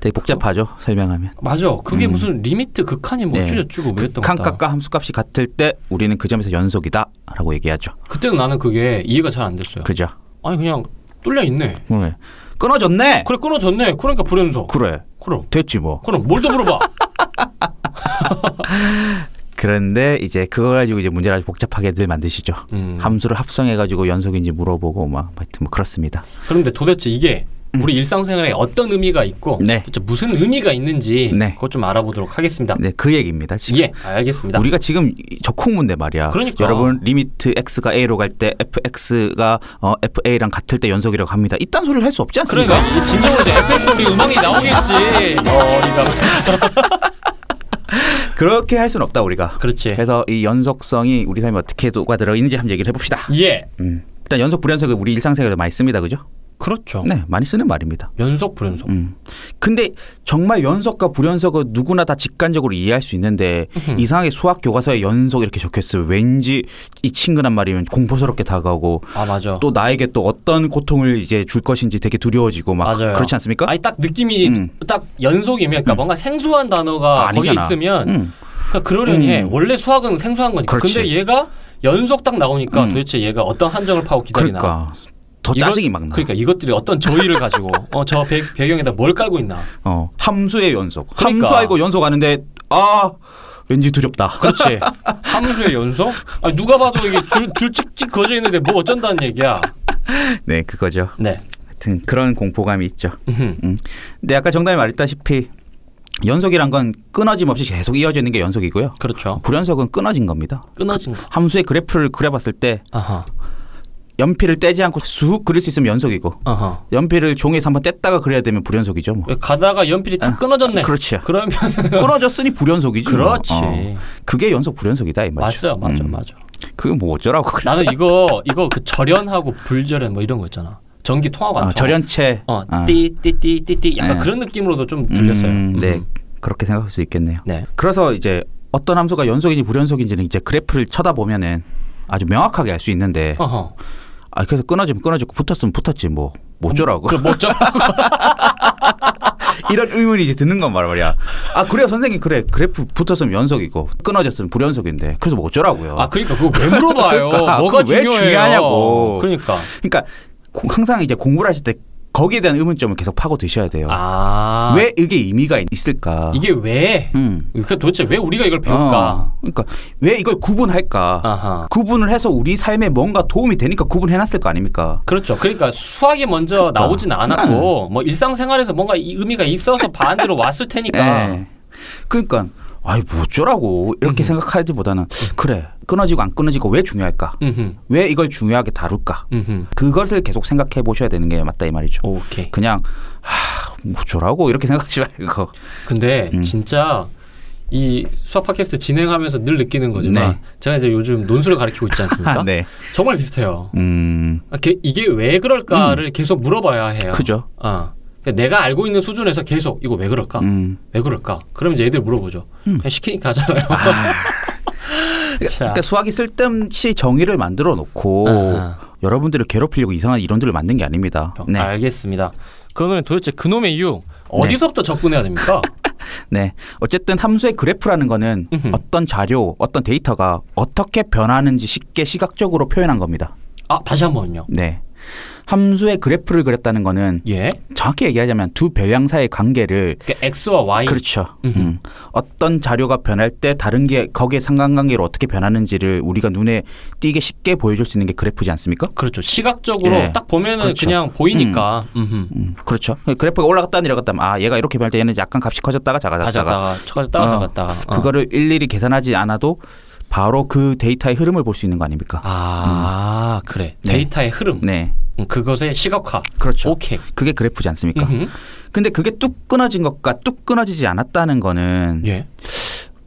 Speaker 3: 되게 복잡하죠. 설명하면.
Speaker 2: 맞아 그게 무슨 리미트 극한이 뭐
Speaker 3: 음. 네.
Speaker 2: 어쩌고저쩌고 뭐 했던
Speaker 3: 극한
Speaker 2: 거다
Speaker 3: 값과 함수 값이 같을 때 우리는 그 점에서 연속이다라고 얘기하죠.
Speaker 2: 그때는 나는 그게 이해가 잘 안 됐어요
Speaker 3: 그죠.
Speaker 2: 아니 그냥 뚫려 있네
Speaker 3: 네. 끊어졌네.
Speaker 2: 그래 끊어졌네 그러니까 불연속
Speaker 3: 그래.
Speaker 2: 그럼
Speaker 3: 됐지 뭐.
Speaker 2: 그럼 뭘 더 물어봐
Speaker 3: 그런데 이제 그걸 가지고 이제 문제를 아주 복잡하게들 만드시죠.
Speaker 2: 음.
Speaker 3: 함수를 합성해가지고 연속인지 물어보고 막 하여튼 뭐 그렇습니다.
Speaker 2: 그런데 도대체 이게 우리 일상생활에 어떤 의미가 있고
Speaker 3: 음. 네.
Speaker 2: 도대체 무슨 의미가 있는지
Speaker 3: 네.
Speaker 2: 그것 좀 알아보도록 하겠습니다
Speaker 3: 네, 그 얘기입니다. 지금
Speaker 2: 예 알겠습니다
Speaker 3: 우리가 지금 이 적콩문데 말이야.
Speaker 2: 그러니까.
Speaker 3: 여러분 리미트 x가 a로 갈 때 fx가 어, fa랑 같을 때 연속이라고 합니다. 이딴 소리를 할 수 없지 않습니까?
Speaker 2: 그러니까 어, 이 진정으로 이제 FX 우리 음악이 나오겠지 어리가
Speaker 3: 그렇게 할 수는 없다 우리가.
Speaker 2: 그렇지.
Speaker 3: 그래서 이 연속성이 우리 삶에 어떻게 녹아들어 있는지 한번 얘기를 해봅시다.
Speaker 2: 예.
Speaker 3: 음. 일단 연속 불연속을 우리 일상생활에 많이 씁니다, 그죠?
Speaker 2: 그렇죠.
Speaker 3: 네, 많이 쓰는 말입니다.
Speaker 2: 연속 불연속.
Speaker 3: 음. 근데 정말 연속과 불연속은 누구나 다 직관적으로 이해할 수 있는데 이상하게 수학 교과서에 연속 이렇게 적혔으면 왠지 이 친근한 말이면 공포스럽게 다가오고
Speaker 2: 아 맞아.
Speaker 3: 또 나에게 또 어떤 고통을 이제 줄 것인지 되게 두려워지고 막
Speaker 2: 맞아요.
Speaker 3: 그렇지 않습니까?
Speaker 2: 아니 딱 느낌이
Speaker 3: 그러니까? 음.
Speaker 2: 딱 연속이면 그러니까 뭔가 생소한 단어가
Speaker 3: 아,
Speaker 2: 거기
Speaker 3: 아니잖아.
Speaker 2: 있으면
Speaker 3: 음.
Speaker 2: 그러니까 그러려니 해.
Speaker 3: 음.
Speaker 2: 원래 수학은 생소한 거니까.
Speaker 3: 그렇지. 음.
Speaker 2: 근데 얘가 연속 딱 나오니까 도대체 얘가 어떤 한정을 파고 기다리나.
Speaker 3: 그러니까 더
Speaker 2: 이거-
Speaker 3: 짜증이 막 나.
Speaker 2: 그러니까 이것들이 어떤 저의를 가지고 어 저 배경에다 뭘 깔고 있나.
Speaker 3: 어. 함수의 연속.
Speaker 2: 그러니까.
Speaker 3: 함수 알고 연속 하는데 아 왠지 두렵다.
Speaker 2: 그렇지. 함수의 연속? 아니 누가 봐도 이게 줄 줄찍찍 그어져 있는데 뭐 어쩐다는 얘기야.
Speaker 3: 네, 그거죠.
Speaker 2: 네.
Speaker 3: 하여튼 그런 공포감이 있죠.
Speaker 2: 음흠.
Speaker 3: 음. 근데 아까 정답이 말했다시피 연속이란 건 끊어짐 없이 계속 이어지는 게 연속이고요.
Speaker 2: 그렇죠.
Speaker 3: 불연속은 끊어진 겁니다.
Speaker 2: 끊어진 거.
Speaker 3: 함수의 그래프를 그려봤을 때
Speaker 2: 아하.
Speaker 3: 연필을 떼지 않고 쑥 그릴 수 있으면 연속이고
Speaker 2: 아하.
Speaker 3: 연필을 종이에서 한번 뗐다가 그려야 되면 불연속이죠. 뭐.
Speaker 2: 가다가 연필이 탁 끊어졌네.
Speaker 3: 그렇죠.
Speaker 2: 그러면
Speaker 3: 끊어졌으니 불연속이지. 뭐.
Speaker 2: 그렇지.
Speaker 3: 어. 그게 연속 불연속이다 이 말이죠.
Speaker 2: 맞아요, 맞아,
Speaker 3: 음.
Speaker 2: 맞아.
Speaker 3: 그게 뭐 어쩌라고 그랬어.
Speaker 2: 나는 이거 이거 그 절연하고 불절연 뭐 이런 거 있잖아. 전기 통하고 안
Speaker 3: 아,
Speaker 2: 통하고.
Speaker 3: 절연체.
Speaker 2: 어,
Speaker 3: 아.
Speaker 2: 띠띠띠띠띠 약간
Speaker 3: 네.
Speaker 2: 그런 느낌으로도 좀 들렸어요.
Speaker 3: 음, 네, 그렇게 생각할 수 있겠네요.
Speaker 2: 네.
Speaker 3: 그래서 이제 어떤 함수가 연속인지 불연속인지는 이제 그래프를 쳐다보면은 아주 명확하게 알 수 있는데
Speaker 2: 어허.
Speaker 3: 아 그래서 끊어지면 끊어지고 붙었으면 붙었지 뭐 어쩌라고
Speaker 2: 그럼 뭐 절?
Speaker 3: 이런 의문이 이제 드는 건 말이야 아 그래요 선생님 그래 그래프 붙었으면 연속이고 끊어졌으면 불연속인데 그래서 뭐 어쩌라고요
Speaker 2: 아, 그러니까 그거 왜 물어봐요?
Speaker 3: 그러니까,
Speaker 2: 뭐가
Speaker 3: 그거 왜
Speaker 2: 중요해요?
Speaker 3: 중요하냐고.
Speaker 2: 그러니까.
Speaker 3: 그러니까 고- 항상 이제 공부를 하실 때 거기에 대한 의문점을 계속 파고 드셔야 돼요
Speaker 2: 아.
Speaker 3: 어. 왜 이게 의미가 있을까
Speaker 2: 이게 왜?
Speaker 3: 음.
Speaker 2: 그러니까 도대체 왜 우리가 이걸 배울까?
Speaker 3: 어, 그러니까 왜 이걸 구분할까
Speaker 2: 아하.
Speaker 3: 구분을 해서 우리 삶에 뭔가 도움이 되니까 구분해놨을 거 아닙니까?
Speaker 2: 그렇죠. 그러니까 수학이 먼저
Speaker 3: 그러니까.
Speaker 2: 나오진 않았고 뭐 일상생활에서 뭔가 이 의미가 있어서 반대로 왔을 테니까.
Speaker 3: 예. 그러니까 아이 뭐 어쩌라고 이렇게
Speaker 2: 음.
Speaker 3: 생각하기보다는 그래 끊어지고 안 끊어지고 왜 중요할까?
Speaker 2: 음흠.
Speaker 3: 왜 이걸 중요하게 다룰까?
Speaker 2: 음흠.
Speaker 3: 그것을 계속 생각해 보셔야 되는 게 맞다 이 말이죠.
Speaker 2: 오케이.
Speaker 3: 그냥 하, 뭐 어쩌라고 이렇게 생각하지 말고
Speaker 2: 근데
Speaker 3: 음.
Speaker 2: 진짜 이 수학 팟캐스트 진행하면서 늘 느끼는 거지만
Speaker 3: 네.
Speaker 2: 제가 이제 요즘 논술을 가르치고 있지 않습니까?
Speaker 3: 아, 네.
Speaker 2: 정말 비슷해요.
Speaker 3: 음.
Speaker 2: 아, 게- 이게 왜 그럴까를 계속 물어봐야 해요.
Speaker 3: 그죠.
Speaker 2: 어. 그러니까 내가 알고 있는 수준에서 계속 이거 왜 그럴까?
Speaker 3: 음.
Speaker 2: 왜 그럴까? 그럼 이제 애들 물어보죠. 그냥 시키니까 하잖아요. 자.
Speaker 3: 그러니까 수학이 쓸데없이 정의를 만들어 놓고
Speaker 2: 아하.
Speaker 3: 여러분들을 괴롭히려고 이상한 이론들을 만든 게 아닙니다.
Speaker 2: 어,
Speaker 3: 네.
Speaker 2: 알겠습니다. 그러면 도대체 그놈의 이유 어디서부터 접근해야 됩니까?
Speaker 3: 네. 어쨌든 함수의 그래프라는 거는
Speaker 2: 음흠.
Speaker 3: 어떤 자료, 어떤 데이터가 어떻게 변하는지 쉽게 시각적으로 표현한 겁니다.
Speaker 2: 아 다시 한 번요.
Speaker 3: 네. 함수의 그래프를 그렸다는 거는
Speaker 2: 예.
Speaker 3: 정확히 얘기하자면 두 별량 사이의 관계를
Speaker 2: 그러니까 x와 y.
Speaker 3: 그렇죠. 음. 어떤 자료가 변할 때 다른 게 거기에 상관관계로 어떻게 변하는지를 우리가 눈에 띄게 쉽게 보여줄 수 있는 게 그래프지 않습니까?
Speaker 2: 그렇죠. 시각적으로
Speaker 3: 예.
Speaker 2: 딱 보면은
Speaker 3: 그렇죠.
Speaker 2: 그냥 보이니까. 음흠.
Speaker 3: 음, 그렇죠. 그래프가 올라갔다 내려갔다 하면 아 얘가 이렇게 변할 때 얘는 약간 값이 커졌다가 작아졌다가
Speaker 2: 가져다가 쳐가지고
Speaker 3: 어,
Speaker 2: 따라갔다가. 어.
Speaker 3: 그거를 일일이 계산하지 않아도 바로 그 데이터의 흐름을 볼 수 있는 거 아닙니까?
Speaker 2: 아 그래.
Speaker 3: 네.
Speaker 2: 데이터의 흐름.
Speaker 3: 네.
Speaker 2: 음, 그것의 시각화.
Speaker 3: 그렇죠. 그러니까.
Speaker 2: 오케이.
Speaker 3: 그게 그래프지 않습니까?
Speaker 2: 음흠.
Speaker 3: 근데 그게 뚝 끊어진 것과 뚝 끊어지지 않았다는 거는
Speaker 2: 예.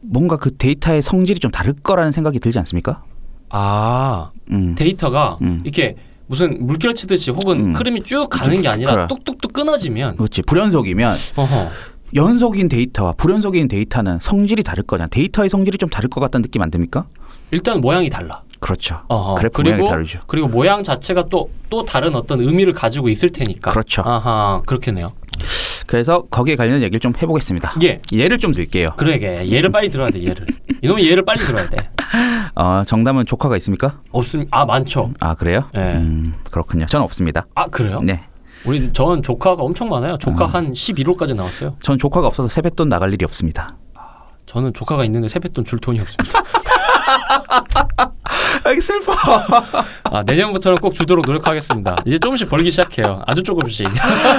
Speaker 3: 뭔가 그 데이터의 성질이 좀 다를 거라는 생각이 들지 않습니까?
Speaker 2: 아
Speaker 3: 음.
Speaker 2: 데이터가
Speaker 3: 음.
Speaker 2: 이렇게 무슨 물결 치듯이 혹은
Speaker 3: 음.
Speaker 2: 흐름이 쭉 가는 게 아니라
Speaker 3: 그래.
Speaker 2: 뚝뚝뚝 끊어지면.
Speaker 3: 그렇지. 불연속이면
Speaker 2: 어허.
Speaker 3: 연속인 데이터와 불연속인 데이터는 성질이 다를 거잖아. 데이터의 성질이 좀 다를 것 같다는 느낌 안 듭니까?
Speaker 2: 일단 모양이 달라.
Speaker 3: 그렇죠.
Speaker 2: 어허.
Speaker 3: 그래프 모양이
Speaker 2: 그리고
Speaker 3: 다르죠. 음.
Speaker 2: 그리고 모양 자체가 또 또 다른 어떤 의미를 가지고 있을 테니까.
Speaker 3: 그렇죠.
Speaker 2: 아하 그렇겠네요.
Speaker 3: 그래서 거기에 관련 얘기를 좀 해보겠습니다.
Speaker 2: 예.
Speaker 3: 예를 좀 들게요.
Speaker 2: 그러게 얘를 빨리 들어야 돼 얘를. 이놈의 얘를 빨리 들어야 돼.
Speaker 3: 어, 정답은 조카가 있습니까?
Speaker 2: 없음 아 많죠.
Speaker 3: 아 그래요?
Speaker 2: 예.
Speaker 3: 음, 그렇군요. 저는 없습니다.
Speaker 2: 아 그래요?
Speaker 3: 네. 음.
Speaker 2: 우리 전 조카가 엄청 많아요. 조카 한 11호까지 나왔어요.
Speaker 3: 전 조카가 없어서 세뱃돈 나갈 일이 없습니다.
Speaker 2: 저는 조카가 있는데 세뱃돈 줄 돈이 없습니다.
Speaker 3: 아 이게 슬퍼.
Speaker 2: 아 내년부터는 꼭 주도록 노력하겠습니다. 이제 조금씩 벌기 시작해요. 아주 조금씩.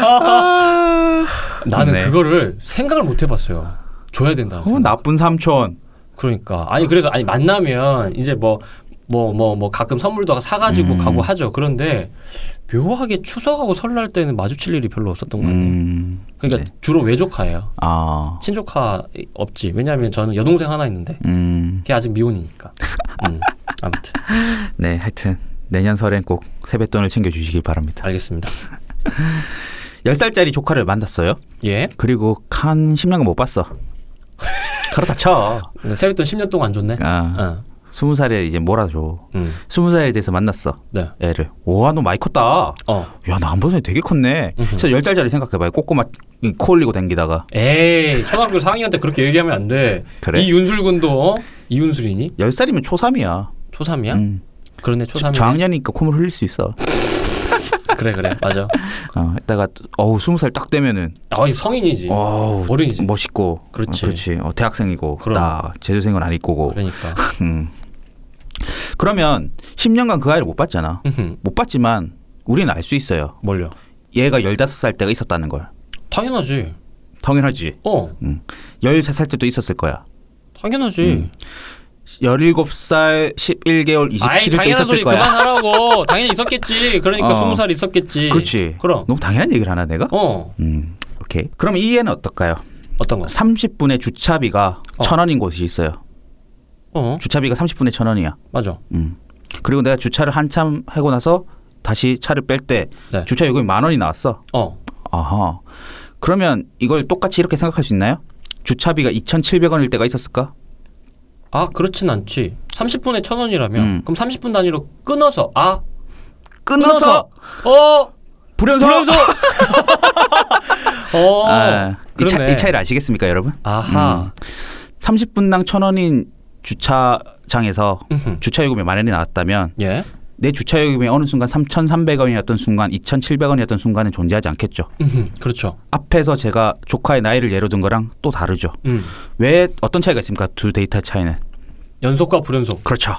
Speaker 2: 나는
Speaker 3: 네.
Speaker 2: 그거를 생각을 못 해봤어요. 줘야 된다고.
Speaker 3: 어,
Speaker 2: 생각.
Speaker 3: 나쁜 삼촌.
Speaker 2: 그러니까 아니 그래서 아니 만나면 이제 뭐 뭐 뭐 뭐 가끔 선물도 사가지고
Speaker 3: 음.
Speaker 2: 가고 하죠. 그런데 묘하게 추석하고 설날 때는 마주칠 일이 별로 없었던 것 같아요.
Speaker 3: 음.
Speaker 2: 그러니까
Speaker 3: 네.
Speaker 2: 주로 외조카예요.
Speaker 3: 아.
Speaker 2: 친조카 없지. 왜냐하면 저는 여동생 하나 있는데
Speaker 3: 음.
Speaker 2: 걔 아직 미혼이니까. 음, 아무튼
Speaker 3: 네. 하여튼 내년 설엔 꼭 세뱃돈을 챙겨주시길 바랍니다.
Speaker 2: 알겠습니다. 아.
Speaker 3: 10살짜리 조카를 만났어요.
Speaker 2: 예.
Speaker 3: 그리고 한 10년간 못 봤어. 그렇다 쳐.
Speaker 2: 세뱃돈 10년 동안 안 줬네.
Speaker 3: 아,
Speaker 2: 어.
Speaker 3: 20살에 이제 몰아줘.
Speaker 2: 음.
Speaker 3: 20살에 돼서 만났어.
Speaker 2: 네.
Speaker 3: 애를. 와, 너 많이 컸다.
Speaker 2: 어.
Speaker 3: 야, 나한번에 되게 컸네. 진짜 10달짜리 생각해봐요. 꼬꼬마 이코 올리고 댕기다가.
Speaker 2: 에이 초등학교 4학년 때 그렇게 얘기하면 안 돼.
Speaker 3: 그래?
Speaker 2: 이윤술 군도 어? 이윤술이니?
Speaker 3: 10살이면 초3이야.
Speaker 2: 초삼이야?
Speaker 3: 음.
Speaker 2: 그런데 초삼이
Speaker 3: 저학년이니까 콧물 흘릴 수 있어.
Speaker 2: 그래 그래 맞아.
Speaker 3: 어, 이따가 어우 20살 딱 되면은
Speaker 2: 아 성인이지.
Speaker 3: 어우
Speaker 2: 어른이지.
Speaker 3: 멋있고
Speaker 2: 그렇지.
Speaker 3: 어, 그렇지. 어, 대학생이고
Speaker 2: 그럼.
Speaker 3: 나 재수생은 아닐 거고.
Speaker 2: 그러니까.
Speaker 3: 음. 그러면 10년간 그 아이를 못 봤잖아.
Speaker 2: 음흠.
Speaker 3: 못 봤지만 우리는 알 수 있어요.
Speaker 2: 뭘요?
Speaker 3: 얘가 15살 때가 있었다는 걸.
Speaker 2: 당연하지.
Speaker 3: 당연하지.
Speaker 2: 어
Speaker 3: 13살 때도 있었을 거야.
Speaker 2: 당연하지.
Speaker 3: 음. 17살 11개월 27일 때
Speaker 2: 당연한 소리
Speaker 3: 있었을 거야.
Speaker 2: 그만하라고. 당연히 있었겠지. 그러니까
Speaker 3: 어.
Speaker 2: 스무 살 있었겠지.
Speaker 3: 그렇지.
Speaker 2: 그럼.
Speaker 3: 너무 당연한 얘기를 하나 내가?
Speaker 2: 어
Speaker 3: 음. 오케이. 그럼 이 얘는 어떨까요?
Speaker 2: 어떤 거?
Speaker 3: 30분의 주차비가
Speaker 2: 어.
Speaker 3: 1,000원인 곳이 있어요.
Speaker 2: 어
Speaker 3: 주차비가 30분에 1,000원이야.
Speaker 2: 맞아.
Speaker 3: 음. 그리고 내가 주차를 한참 하고 나서 다시 차를 뺄 때
Speaker 2: 네.
Speaker 3: 주차 요금이 만 원이 나왔어.
Speaker 2: 어
Speaker 3: 아하. 그러면 이걸 똑같이 이렇게 생각할 수 있나요? 주차비가 2,700원일 때가 있었을까?
Speaker 2: 아 그렇진 않지. 30분에 천 원이라면
Speaker 3: 음.
Speaker 2: 그럼 30분 단위로 끊어서 아
Speaker 3: 끊어서
Speaker 2: 어
Speaker 3: 불연속.
Speaker 2: 불연속 어
Speaker 3: 아, 이, 차,
Speaker 2: 그러네.
Speaker 3: 이 차이를 아시겠습니까, 여러분?
Speaker 2: 아하
Speaker 3: 30분당 1,000원인 주차장에서
Speaker 2: 음흠.
Speaker 3: 주차 요금이 만 원이 나왔다면
Speaker 2: 예
Speaker 3: 내 주차 요금이 어느 순간 3,300원이었던 순간, 2,700원이었던 순간은 존재하지 않겠죠.
Speaker 2: 음흠. 그렇죠
Speaker 3: 앞에서 제가 조카의 나이를 예로 든 거랑 또 다르죠.
Speaker 2: 음
Speaker 3: 왜 어떤 차이가 있습니까? 두 데이터 차이는.
Speaker 2: 연속과 불연속
Speaker 3: 그렇죠.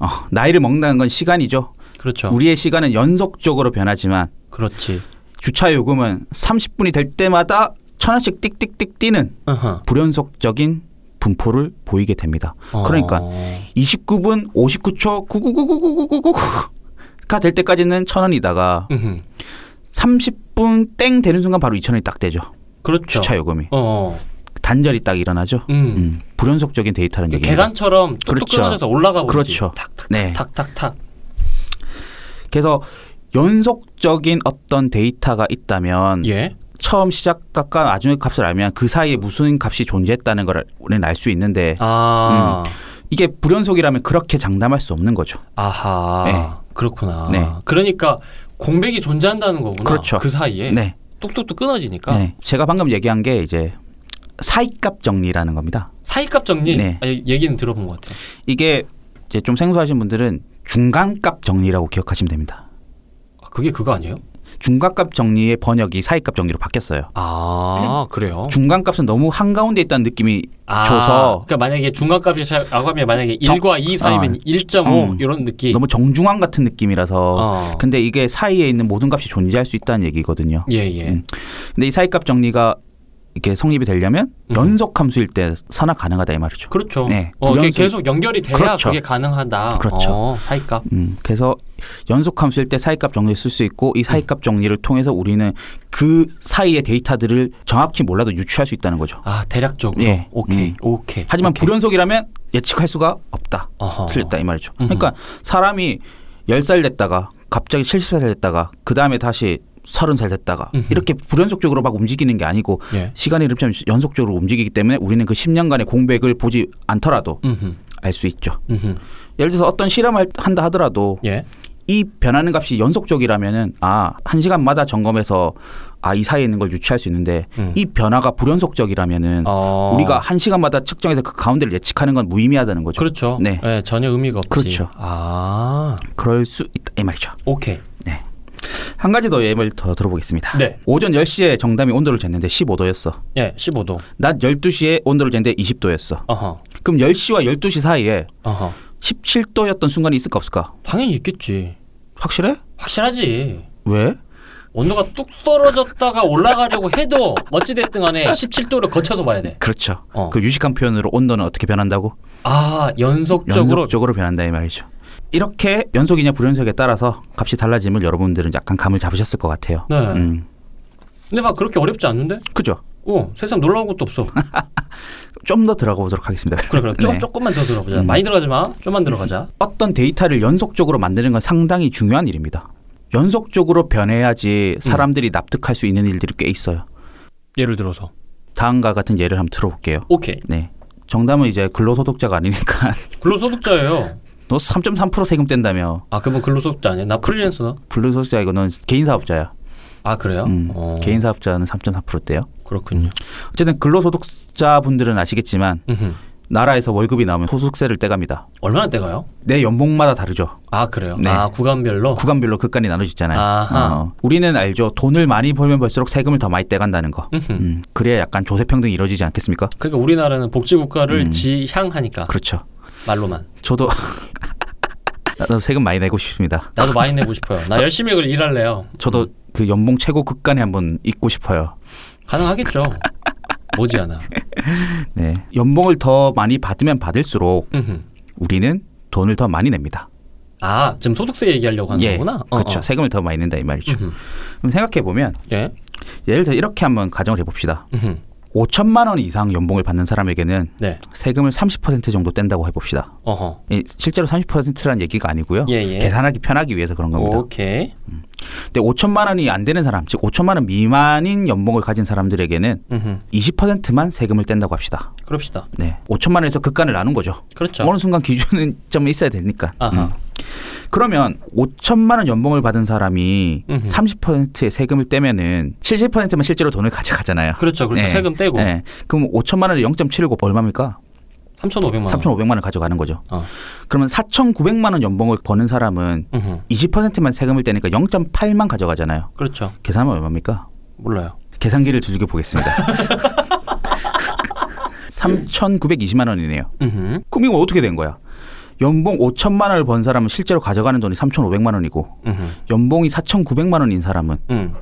Speaker 3: 어, 나이를 먹는다는 건 시간이죠.
Speaker 2: 그렇죠
Speaker 3: 우리의 시간은 연속적으로 변하지만
Speaker 2: 그렇지
Speaker 3: 주차 요금은 30분이 될 때마다 천 원씩 띡띡띡 뛰는
Speaker 2: 어허.
Speaker 3: 불연속적인 분포를 보이게 됩니다.
Speaker 2: 어.
Speaker 3: 그러니까 29분 59초 9999999가 될 때까지는 천 원이다가
Speaker 2: 음흠.
Speaker 3: 30분 땡 되는 순간 바로 2천 원이 딱 되죠.
Speaker 2: 그렇죠
Speaker 3: 주차 요금이
Speaker 2: 어
Speaker 3: 단절이 딱 일어나죠.
Speaker 2: 음. 그러니까
Speaker 3: 음, 불연속적인 데이터라는 얘기입니다.
Speaker 2: 계단처럼 뚝뚝
Speaker 3: 그렇죠.
Speaker 2: 끊어져서 올라가 보지
Speaker 3: 그렇죠. 네.
Speaker 2: 탁탁탁탁탁
Speaker 3: 그래서 연속적인 어떤 데이터가 있다면
Speaker 2: 예
Speaker 3: 처음 시작값과 나중에 값을 알면 그 사이에 무슨 값이 존재했다는 걸 우리는 알 수 있는데
Speaker 2: 아,
Speaker 3: 이게 불연속이라면 그렇게 장담할 수 없는 거죠.
Speaker 2: 아하.
Speaker 3: 네.
Speaker 2: 그렇구나.
Speaker 3: 네.
Speaker 2: 그러니까 공백이 존재한다는 거구나.
Speaker 3: 그렇죠.
Speaker 2: 그 사이에
Speaker 3: 네.
Speaker 2: 뚝뚝뚝 끊어지니까
Speaker 3: 네. 제가 방금 얘기한 게 이제 사이값 정리라는 겁니다.
Speaker 2: 사이값 정리
Speaker 3: 네.
Speaker 2: 아, 얘- 얘기는 들어본 것 같아요.
Speaker 3: 이게 이제 좀 생소하신 분들은 중간값 정리라고 기억하시면 됩니다.
Speaker 2: 아, 그게 그거 아니에요?
Speaker 3: 중간값 정리의 번역이 사이값 정리로 바뀌었어요.
Speaker 2: 아 그래요?
Speaker 3: 중간값은 너무 한가운데 있다는 느낌이
Speaker 2: 아,
Speaker 3: 줘서
Speaker 2: 그러니까 만약에 중간값이라고 하면 만약에
Speaker 3: 정-
Speaker 2: 1과 2 사이면
Speaker 3: 어.
Speaker 2: 1.5
Speaker 3: 음.
Speaker 2: 이런 느낌.
Speaker 3: 너무 정중앙 같은 느낌이라서
Speaker 2: 어.
Speaker 3: 근데 이게 사이에 있는 모든 값이 존재할 수 있다는 얘기거든요.
Speaker 2: 예 예.
Speaker 3: 음. 근데 이 사이값 정리가 이렇게 성립이 되려면
Speaker 2: 음.
Speaker 3: 연속 함수일 때 선악 가능하다 이 말이죠.
Speaker 2: 그렇죠.
Speaker 3: 네,
Speaker 2: 어, 이게
Speaker 3: 불연속-
Speaker 2: 계속 연결이 돼야
Speaker 3: 그렇죠.
Speaker 2: 그게 가능하다.
Speaker 3: 그렇죠.
Speaker 2: 어, 사이값.
Speaker 3: 음, 그래서 연속 함수일 때 사이값 정리를 쓸 수 있고 이
Speaker 2: 음.
Speaker 3: 사이값 정리를 통해서 우리는 그 사이의 데이터들을 정확히 몰라도 유추할 수 있다는 거죠.
Speaker 2: 아 대략적으로.
Speaker 3: 예.
Speaker 2: 오케이
Speaker 3: 음.
Speaker 2: 오케이.
Speaker 3: 하지만
Speaker 2: 오케이.
Speaker 3: 불연속이라면 예측할 수가 없다.
Speaker 2: 어허.
Speaker 3: 틀렸다 이 말이죠.
Speaker 2: 음흠.
Speaker 3: 그러니까 사람이 10살 됐다가 갑자기 70살 됐다가 그다음에 다시 30살 됐다가
Speaker 2: 음흠.
Speaker 3: 이렇게 불연속적으로 막 움직이는 게 아니고
Speaker 2: 예.
Speaker 3: 시간이 이렇게 연속적으로 움직이기 때문에 우리는 그 10년간의 공백을 보지 않더라도
Speaker 2: 음흠.
Speaker 3: 알 수 있죠.
Speaker 2: 음흠.
Speaker 3: 예를 들어서 어떤 실험을 한다 하더라도
Speaker 2: 예.
Speaker 3: 이 변하는 값이 연속적이라면은 아, 한 시간마다 점검해서 아, 이 사이에 있는 걸 유추할 수 있는데
Speaker 2: 음.
Speaker 3: 이 변화가 불연속적이라면은
Speaker 2: 어.
Speaker 3: 음. 우리가 한 시간마다 측정해서 그 가운데를 예측하는 건 무의미하다는 거죠.
Speaker 2: 그렇죠.
Speaker 3: 네.
Speaker 2: 예, 전혀 의미가 없지.
Speaker 3: 그렇죠.
Speaker 2: 아
Speaker 3: 그럴 수 있다 이 말이죠.
Speaker 2: 오케이.
Speaker 3: 한 가지 더 예를 더 들어보겠습니다.
Speaker 2: 네.
Speaker 3: 오전 10시에 정담이 온도를 쟀는데 15도였어.
Speaker 2: 예 15도.
Speaker 3: 낮 12시에 온도를 쟀는데 20도였어.
Speaker 2: 어허.
Speaker 3: 그럼 10시와 12시 사이에
Speaker 2: 어허.
Speaker 3: 17도였던 순간이 있을까 없을까?
Speaker 2: 당연히 있겠지.
Speaker 3: 확실해?
Speaker 2: 확실하지.
Speaker 3: 왜?
Speaker 2: 온도가 뚝 떨어졌다가 올라가려고 해도 어찌됐든 간에 17도를 거쳐서 봐야 돼.
Speaker 3: 그렇죠.
Speaker 2: 어.
Speaker 3: 그 유식한 표현으로 온도는 어떻게 변한다고?
Speaker 2: 아, 연속적으로.
Speaker 3: 연속적으로 변한다 이 말이죠. 이렇게 연속이냐 불연속에 따라서 값이 달라짐을 여러분들은 약간 감을 잡으셨을 것 같아요.
Speaker 2: 네.
Speaker 3: 음.
Speaker 2: 근데 막 그렇게 어렵지 않는데?
Speaker 3: 그죠?
Speaker 2: 어, 세상 놀라운 것도 없어.
Speaker 3: 좀 더 들어가 보도록 하겠습니다.
Speaker 2: 그래, 그래. 조,
Speaker 3: 네.
Speaker 2: 조금만 더 들어가자. 많이 들어가지 마. 좀만 들어가자.
Speaker 3: 어떤 데이터를 연속적으로 만드는 건 상당히 중요한 일입니다. 연속적으로
Speaker 2: 음.
Speaker 3: 변해야지 사람들이 납득할 수 있는 일들이 꽤 있어요.
Speaker 2: 예를 들어서.
Speaker 3: 다음과 같은 예를 한번 들어볼게요.
Speaker 2: 오케이.
Speaker 3: 네. 정담은 이제 근로소득자가 아니니까
Speaker 2: 근로소득자예요.
Speaker 3: 너 3.3% 세금 뗀다며
Speaker 2: 아, 그분 근로소득자 아니야? 나 프리랜서나?
Speaker 3: 근로소득자 이거 는 개인 사업자야.
Speaker 2: 아, 그래요?
Speaker 3: 음,
Speaker 2: 어,
Speaker 3: 개인 사업자는 3.4% 떼요.
Speaker 2: 그렇군요.
Speaker 3: 어쨌든 근로소득자 분들은 아시겠지만
Speaker 2: 음흠.
Speaker 3: 나라에서 월급이 나오면 소득세를 떼갑니다.
Speaker 2: 얼마나 떼가요?
Speaker 3: 내 연봉마다 다르죠.
Speaker 2: 아, 그래요?
Speaker 3: 네.
Speaker 2: 아, 구간별로?
Speaker 3: 구간별로 극간이 나눠지잖아요.
Speaker 2: 아하.
Speaker 3: 어, 우리는 알죠. 돈을 많이 벌면 벌수록 세금을 더 많이 떼간다는 거.
Speaker 2: 음흠.
Speaker 3: 음, 그래야 약간 조세 평등이 이루어지지 않겠습니까?
Speaker 2: 그러니까 우리나라는 복지국가를 지향하니까.
Speaker 3: 음. 그렇죠.
Speaker 2: 말로만.
Speaker 3: 저도 나도 세금 많이 내고 싶습니다.
Speaker 2: 나도 많이 내고 싶어요. 나 열심히 그 일할래요.
Speaker 3: 저도 그 연봉 최고 극간에 한번 있고 싶어요.
Speaker 2: 가능하겠죠. 머지않아.
Speaker 3: 네. 연봉을 더 많이 받으면 받을수록
Speaker 2: 음흠.
Speaker 3: 우리는 돈을 더 많이 냅니다.
Speaker 2: 아, 지금 소득세 얘기하려고 하는 거구나. 어,
Speaker 3: 그렇죠.
Speaker 2: 어.
Speaker 3: 세금을 더 많이 낸다 이 말이죠.
Speaker 2: 음흠.
Speaker 3: 그럼 생각해 보면
Speaker 2: 예.
Speaker 3: 예를 들어 이렇게 한번 가정을 해 봅시다.
Speaker 2: 음흠.
Speaker 3: 5천만 원 이상 연봉을 받는 사람에게는
Speaker 2: 네.
Speaker 3: 세금을 30% 정도 뗀다고 해 봅시다.
Speaker 2: 어허.
Speaker 3: 실제로 30%라는 얘기가 아니고요.
Speaker 2: 예, 예.
Speaker 3: 계산하기 편하기 위해서 그런 겁니다.
Speaker 2: 오케이.
Speaker 3: 근데 5천만 원이 안 되는 사람, 즉 5천만 원 미만인 연봉을 가진 사람들에게는
Speaker 2: 음흠.
Speaker 3: 20%만 세금을 뗀다고 합시다.
Speaker 2: 그럽시다.
Speaker 3: 네. 5천만 원에서 극간을 나눈 거죠.
Speaker 2: 그렇죠.
Speaker 3: 어느 순간 기준은 좀 있어야 되니까.
Speaker 2: 아하.
Speaker 3: 음. 그러면 5천만 원 연봉을 받은 사람이
Speaker 2: 음흠.
Speaker 3: 30%의 세금을 떼면은 70%만 실제로 돈을 가져가잖아요.
Speaker 2: 그렇죠. 그렇죠.
Speaker 3: 네.
Speaker 2: 세금 떼고
Speaker 3: 네. 그럼 5천만 원에 0.7을 곱 얼마입니까?
Speaker 2: 3,500만 원.
Speaker 3: 3,500만 원을 가져가는 거죠.
Speaker 2: 어.
Speaker 3: 그러면 4,900만 원 연봉을 버는 사람은
Speaker 2: 음흠.
Speaker 3: 20%만 세금을 떼니까 0.8만 가져가잖아요.
Speaker 2: 그렇죠.
Speaker 3: 계산하면 얼마입니까?
Speaker 2: 몰라요.
Speaker 3: 계산기를 두들겨 보겠습니다. 3,920만 원이네요.
Speaker 2: 음흠.
Speaker 3: 그럼 이거 어떻게 된 거야? 연봉 5천만 원을 번 사람은 실제로 가져가는 돈이 3,500만 원이고
Speaker 2: 음흠.
Speaker 3: 연봉이 4,900만 원인 사람은
Speaker 2: 음.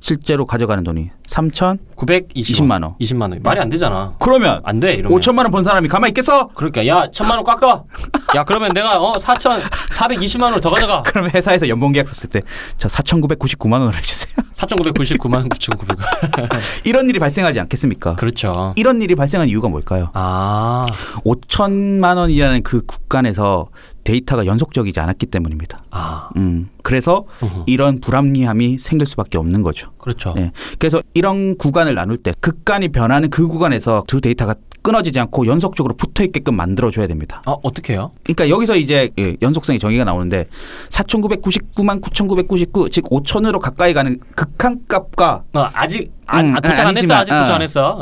Speaker 3: 실제로 가져가는 돈이 3천
Speaker 2: 920만
Speaker 3: 20만 원.
Speaker 2: 20만 원. 말이 안 되잖아.
Speaker 3: 그러면
Speaker 2: 안 돼. 이러면.
Speaker 3: 5천만 원 번 사람이 가만히 있겠어?
Speaker 2: 그러니까 야, 1,000만 원 깎아. 야, 그러면 내가 어, 4,420만 원을 더 가져가.
Speaker 3: 그럼 회사에서 연봉 계약 썼을 때 저 4,999만 원을 주세요.
Speaker 2: 4,999만 9,900.
Speaker 3: 이런 일이 발생하지 않겠습니까?
Speaker 2: 그렇죠.
Speaker 3: 이런 일이 발생한 이유가 뭘까요?
Speaker 2: 아.
Speaker 3: 5천만 원이라는 그 국간에서 데이터가 연속적이지 않았기 때문입니다.
Speaker 2: 아,
Speaker 3: 음, 그래서
Speaker 2: 어허.
Speaker 3: 이런 불합리함이 생길 수밖에 없는 거죠.
Speaker 2: 그렇죠.
Speaker 3: 예. 그래서 이런 구간을 나눌 때 극간이 변하는 그 구간에서 두 데이터가 끊어지지 않고 연속적으로 붙어 있게끔 만들어 줘야 됩니다.
Speaker 2: 아 어떻게 해요?
Speaker 3: 그러니까 여기서 이제 예, 연속성의 정의가 나오는데 4,999만 9,999, 즉 5천으로 가까이 가는 극한 값과
Speaker 2: 아, 아직 아,
Speaker 3: 음,
Speaker 2: 아, 도착 안 했어.
Speaker 3: 아니지만,
Speaker 2: 아직 도착
Speaker 3: 어.
Speaker 2: 안 했어.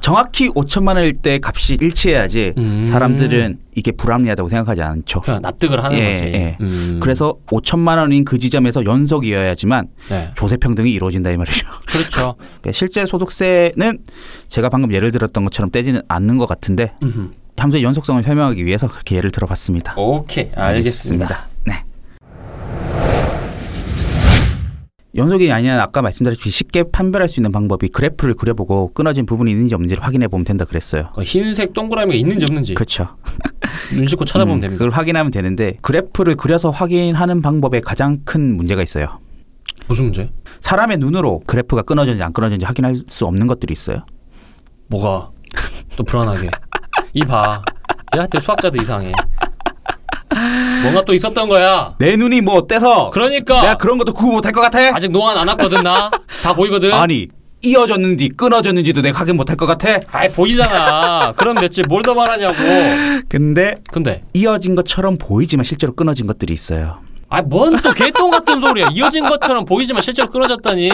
Speaker 3: 정확히 5천만 원일 때 값이 일치해야지
Speaker 2: 음.
Speaker 3: 사람들은 이게 불합리하다고 생각하지 않죠.
Speaker 2: 그냥 어, 납득을 하는
Speaker 3: 예,
Speaker 2: 거지.
Speaker 3: 예.
Speaker 2: 음.
Speaker 3: 그래서 5천만 원인 그 지점에서 연속이어야지만
Speaker 2: 네.
Speaker 3: 조세 평등이 이루어진다 이 말이죠.
Speaker 2: 그렇죠.
Speaker 3: 그러니까 실제 소득세는 제가 방금 예를 들었던 것처럼 떼지는 않는 것 같은데
Speaker 2: 음흠.
Speaker 3: 함수의 연속성을 설명하기 위해서 그렇게 예를 들어봤습니다.
Speaker 2: 오케이 알겠습니다.
Speaker 3: 알겠습니다. 네. 연속이 아니라 아까 말씀드렸듯이 쉽게 판별할 수 있는 방법이 그래프를 그려보고 끊어진 부분이 있는지 없는지를 확인해 보면 된다 그랬어요.
Speaker 2: 그 흰색 동그라미가 있는지 없는지
Speaker 3: 그렇죠.
Speaker 2: 눈 씻고 쳐다보면
Speaker 3: 음,
Speaker 2: 됩니다.
Speaker 3: 그걸 확인하면 되는데 그래프를 그려서 확인하는 방법에 가장 큰 문제가 있어요. 그
Speaker 2: 무슨 문제?
Speaker 3: 사람의 눈으로 그래프가 끊어졌는지 안 끊어졌는지 확인할 수 없는 것들이 있어요.
Speaker 2: 뭐가 또 불안하게 이봐 얘한테 수학자도 이상해 뭔가 또 있었던 거야
Speaker 3: 내 눈이 뭐 어때서?
Speaker 2: 그러니까
Speaker 3: 내가 그런 것도 구분 못할 것 같아?
Speaker 2: 아직 노안 안 왔거든 나 다 보이거든
Speaker 3: 아니 이어졌는지 끊어졌는지도 내가 확인 못할 것 같아?
Speaker 2: 아이 보이잖아 그럼 됐지 뭘 더 말하냐고
Speaker 3: 근데
Speaker 2: 근데
Speaker 3: 이어진 것처럼 보이지만 실제로 끊어진 것들이 있어요.
Speaker 2: 아뭔또 개똥 같은 소리야 이어진 것처럼 보이지만 실제로 끊어졌다니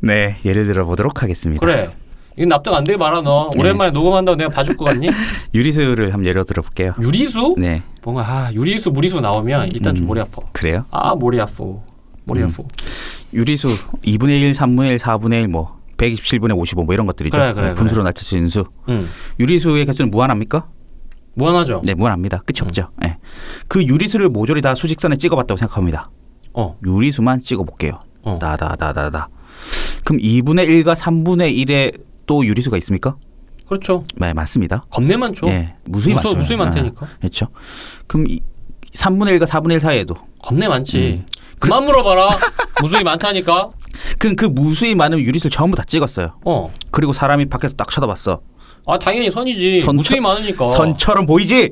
Speaker 3: 네, 예를 들어 보도록 하겠습니다.
Speaker 2: 그래 이건 납득 안 되게 말아 너 오랜만에 녹음한다고 내가 봐줄 것 같니
Speaker 3: 유리수를 한번 예로 들어볼게요.
Speaker 2: 유리수
Speaker 3: 네, 음.
Speaker 2: 뭔가 아 유리수 무리수 나오면 일단 좀 머리 아파
Speaker 3: 그래요.
Speaker 2: 아 머리 아프
Speaker 3: 음.
Speaker 2: 머리 아프
Speaker 3: 유리수 2분의 1, 3분의 1, 4분의 1, 뭐 127분의 55, 뭐 이런 것들이죠.
Speaker 2: 그래, 그래,
Speaker 3: 네, 분수로 낮출 수 있는 수.
Speaker 2: 음
Speaker 3: 유리수의 개수는 무한합니까?
Speaker 2: 무한하죠
Speaker 3: 네, 무한합니다. 끝이 없죠. 네. 그 유리수를 모조리 다 수직선에 찍어봤다고 생각합니다.
Speaker 2: 어
Speaker 3: 유리수만 찍어볼게요.
Speaker 2: 어.
Speaker 3: 다다다다다. 그럼 2분의 1과 3분의 1에 또 유리수가 있습니까?
Speaker 2: 그렇죠
Speaker 3: 네, 맞습니다.
Speaker 2: 겁내 많죠.
Speaker 3: 예, 무수히
Speaker 2: 그렇죠? 무수-
Speaker 3: 많습니다.
Speaker 2: 무수히 많다니까.
Speaker 3: 아, 그렇죠. 그럼 이 3분의 1과 4분의 1 사이에도
Speaker 2: 겁내
Speaker 3: 음.
Speaker 2: 많지. 그만 물어봐라. 무수히 많다니까.
Speaker 3: 그럼 그 무수히 많은 유리수를 전부 다 찍었어요.
Speaker 2: 어.
Speaker 3: 그리고 사람이 밖에서 딱 쳐다봤어.
Speaker 2: 아 당연히 선이지.
Speaker 3: 선-
Speaker 2: 무수히 많으니까.
Speaker 3: 선처럼 보이지?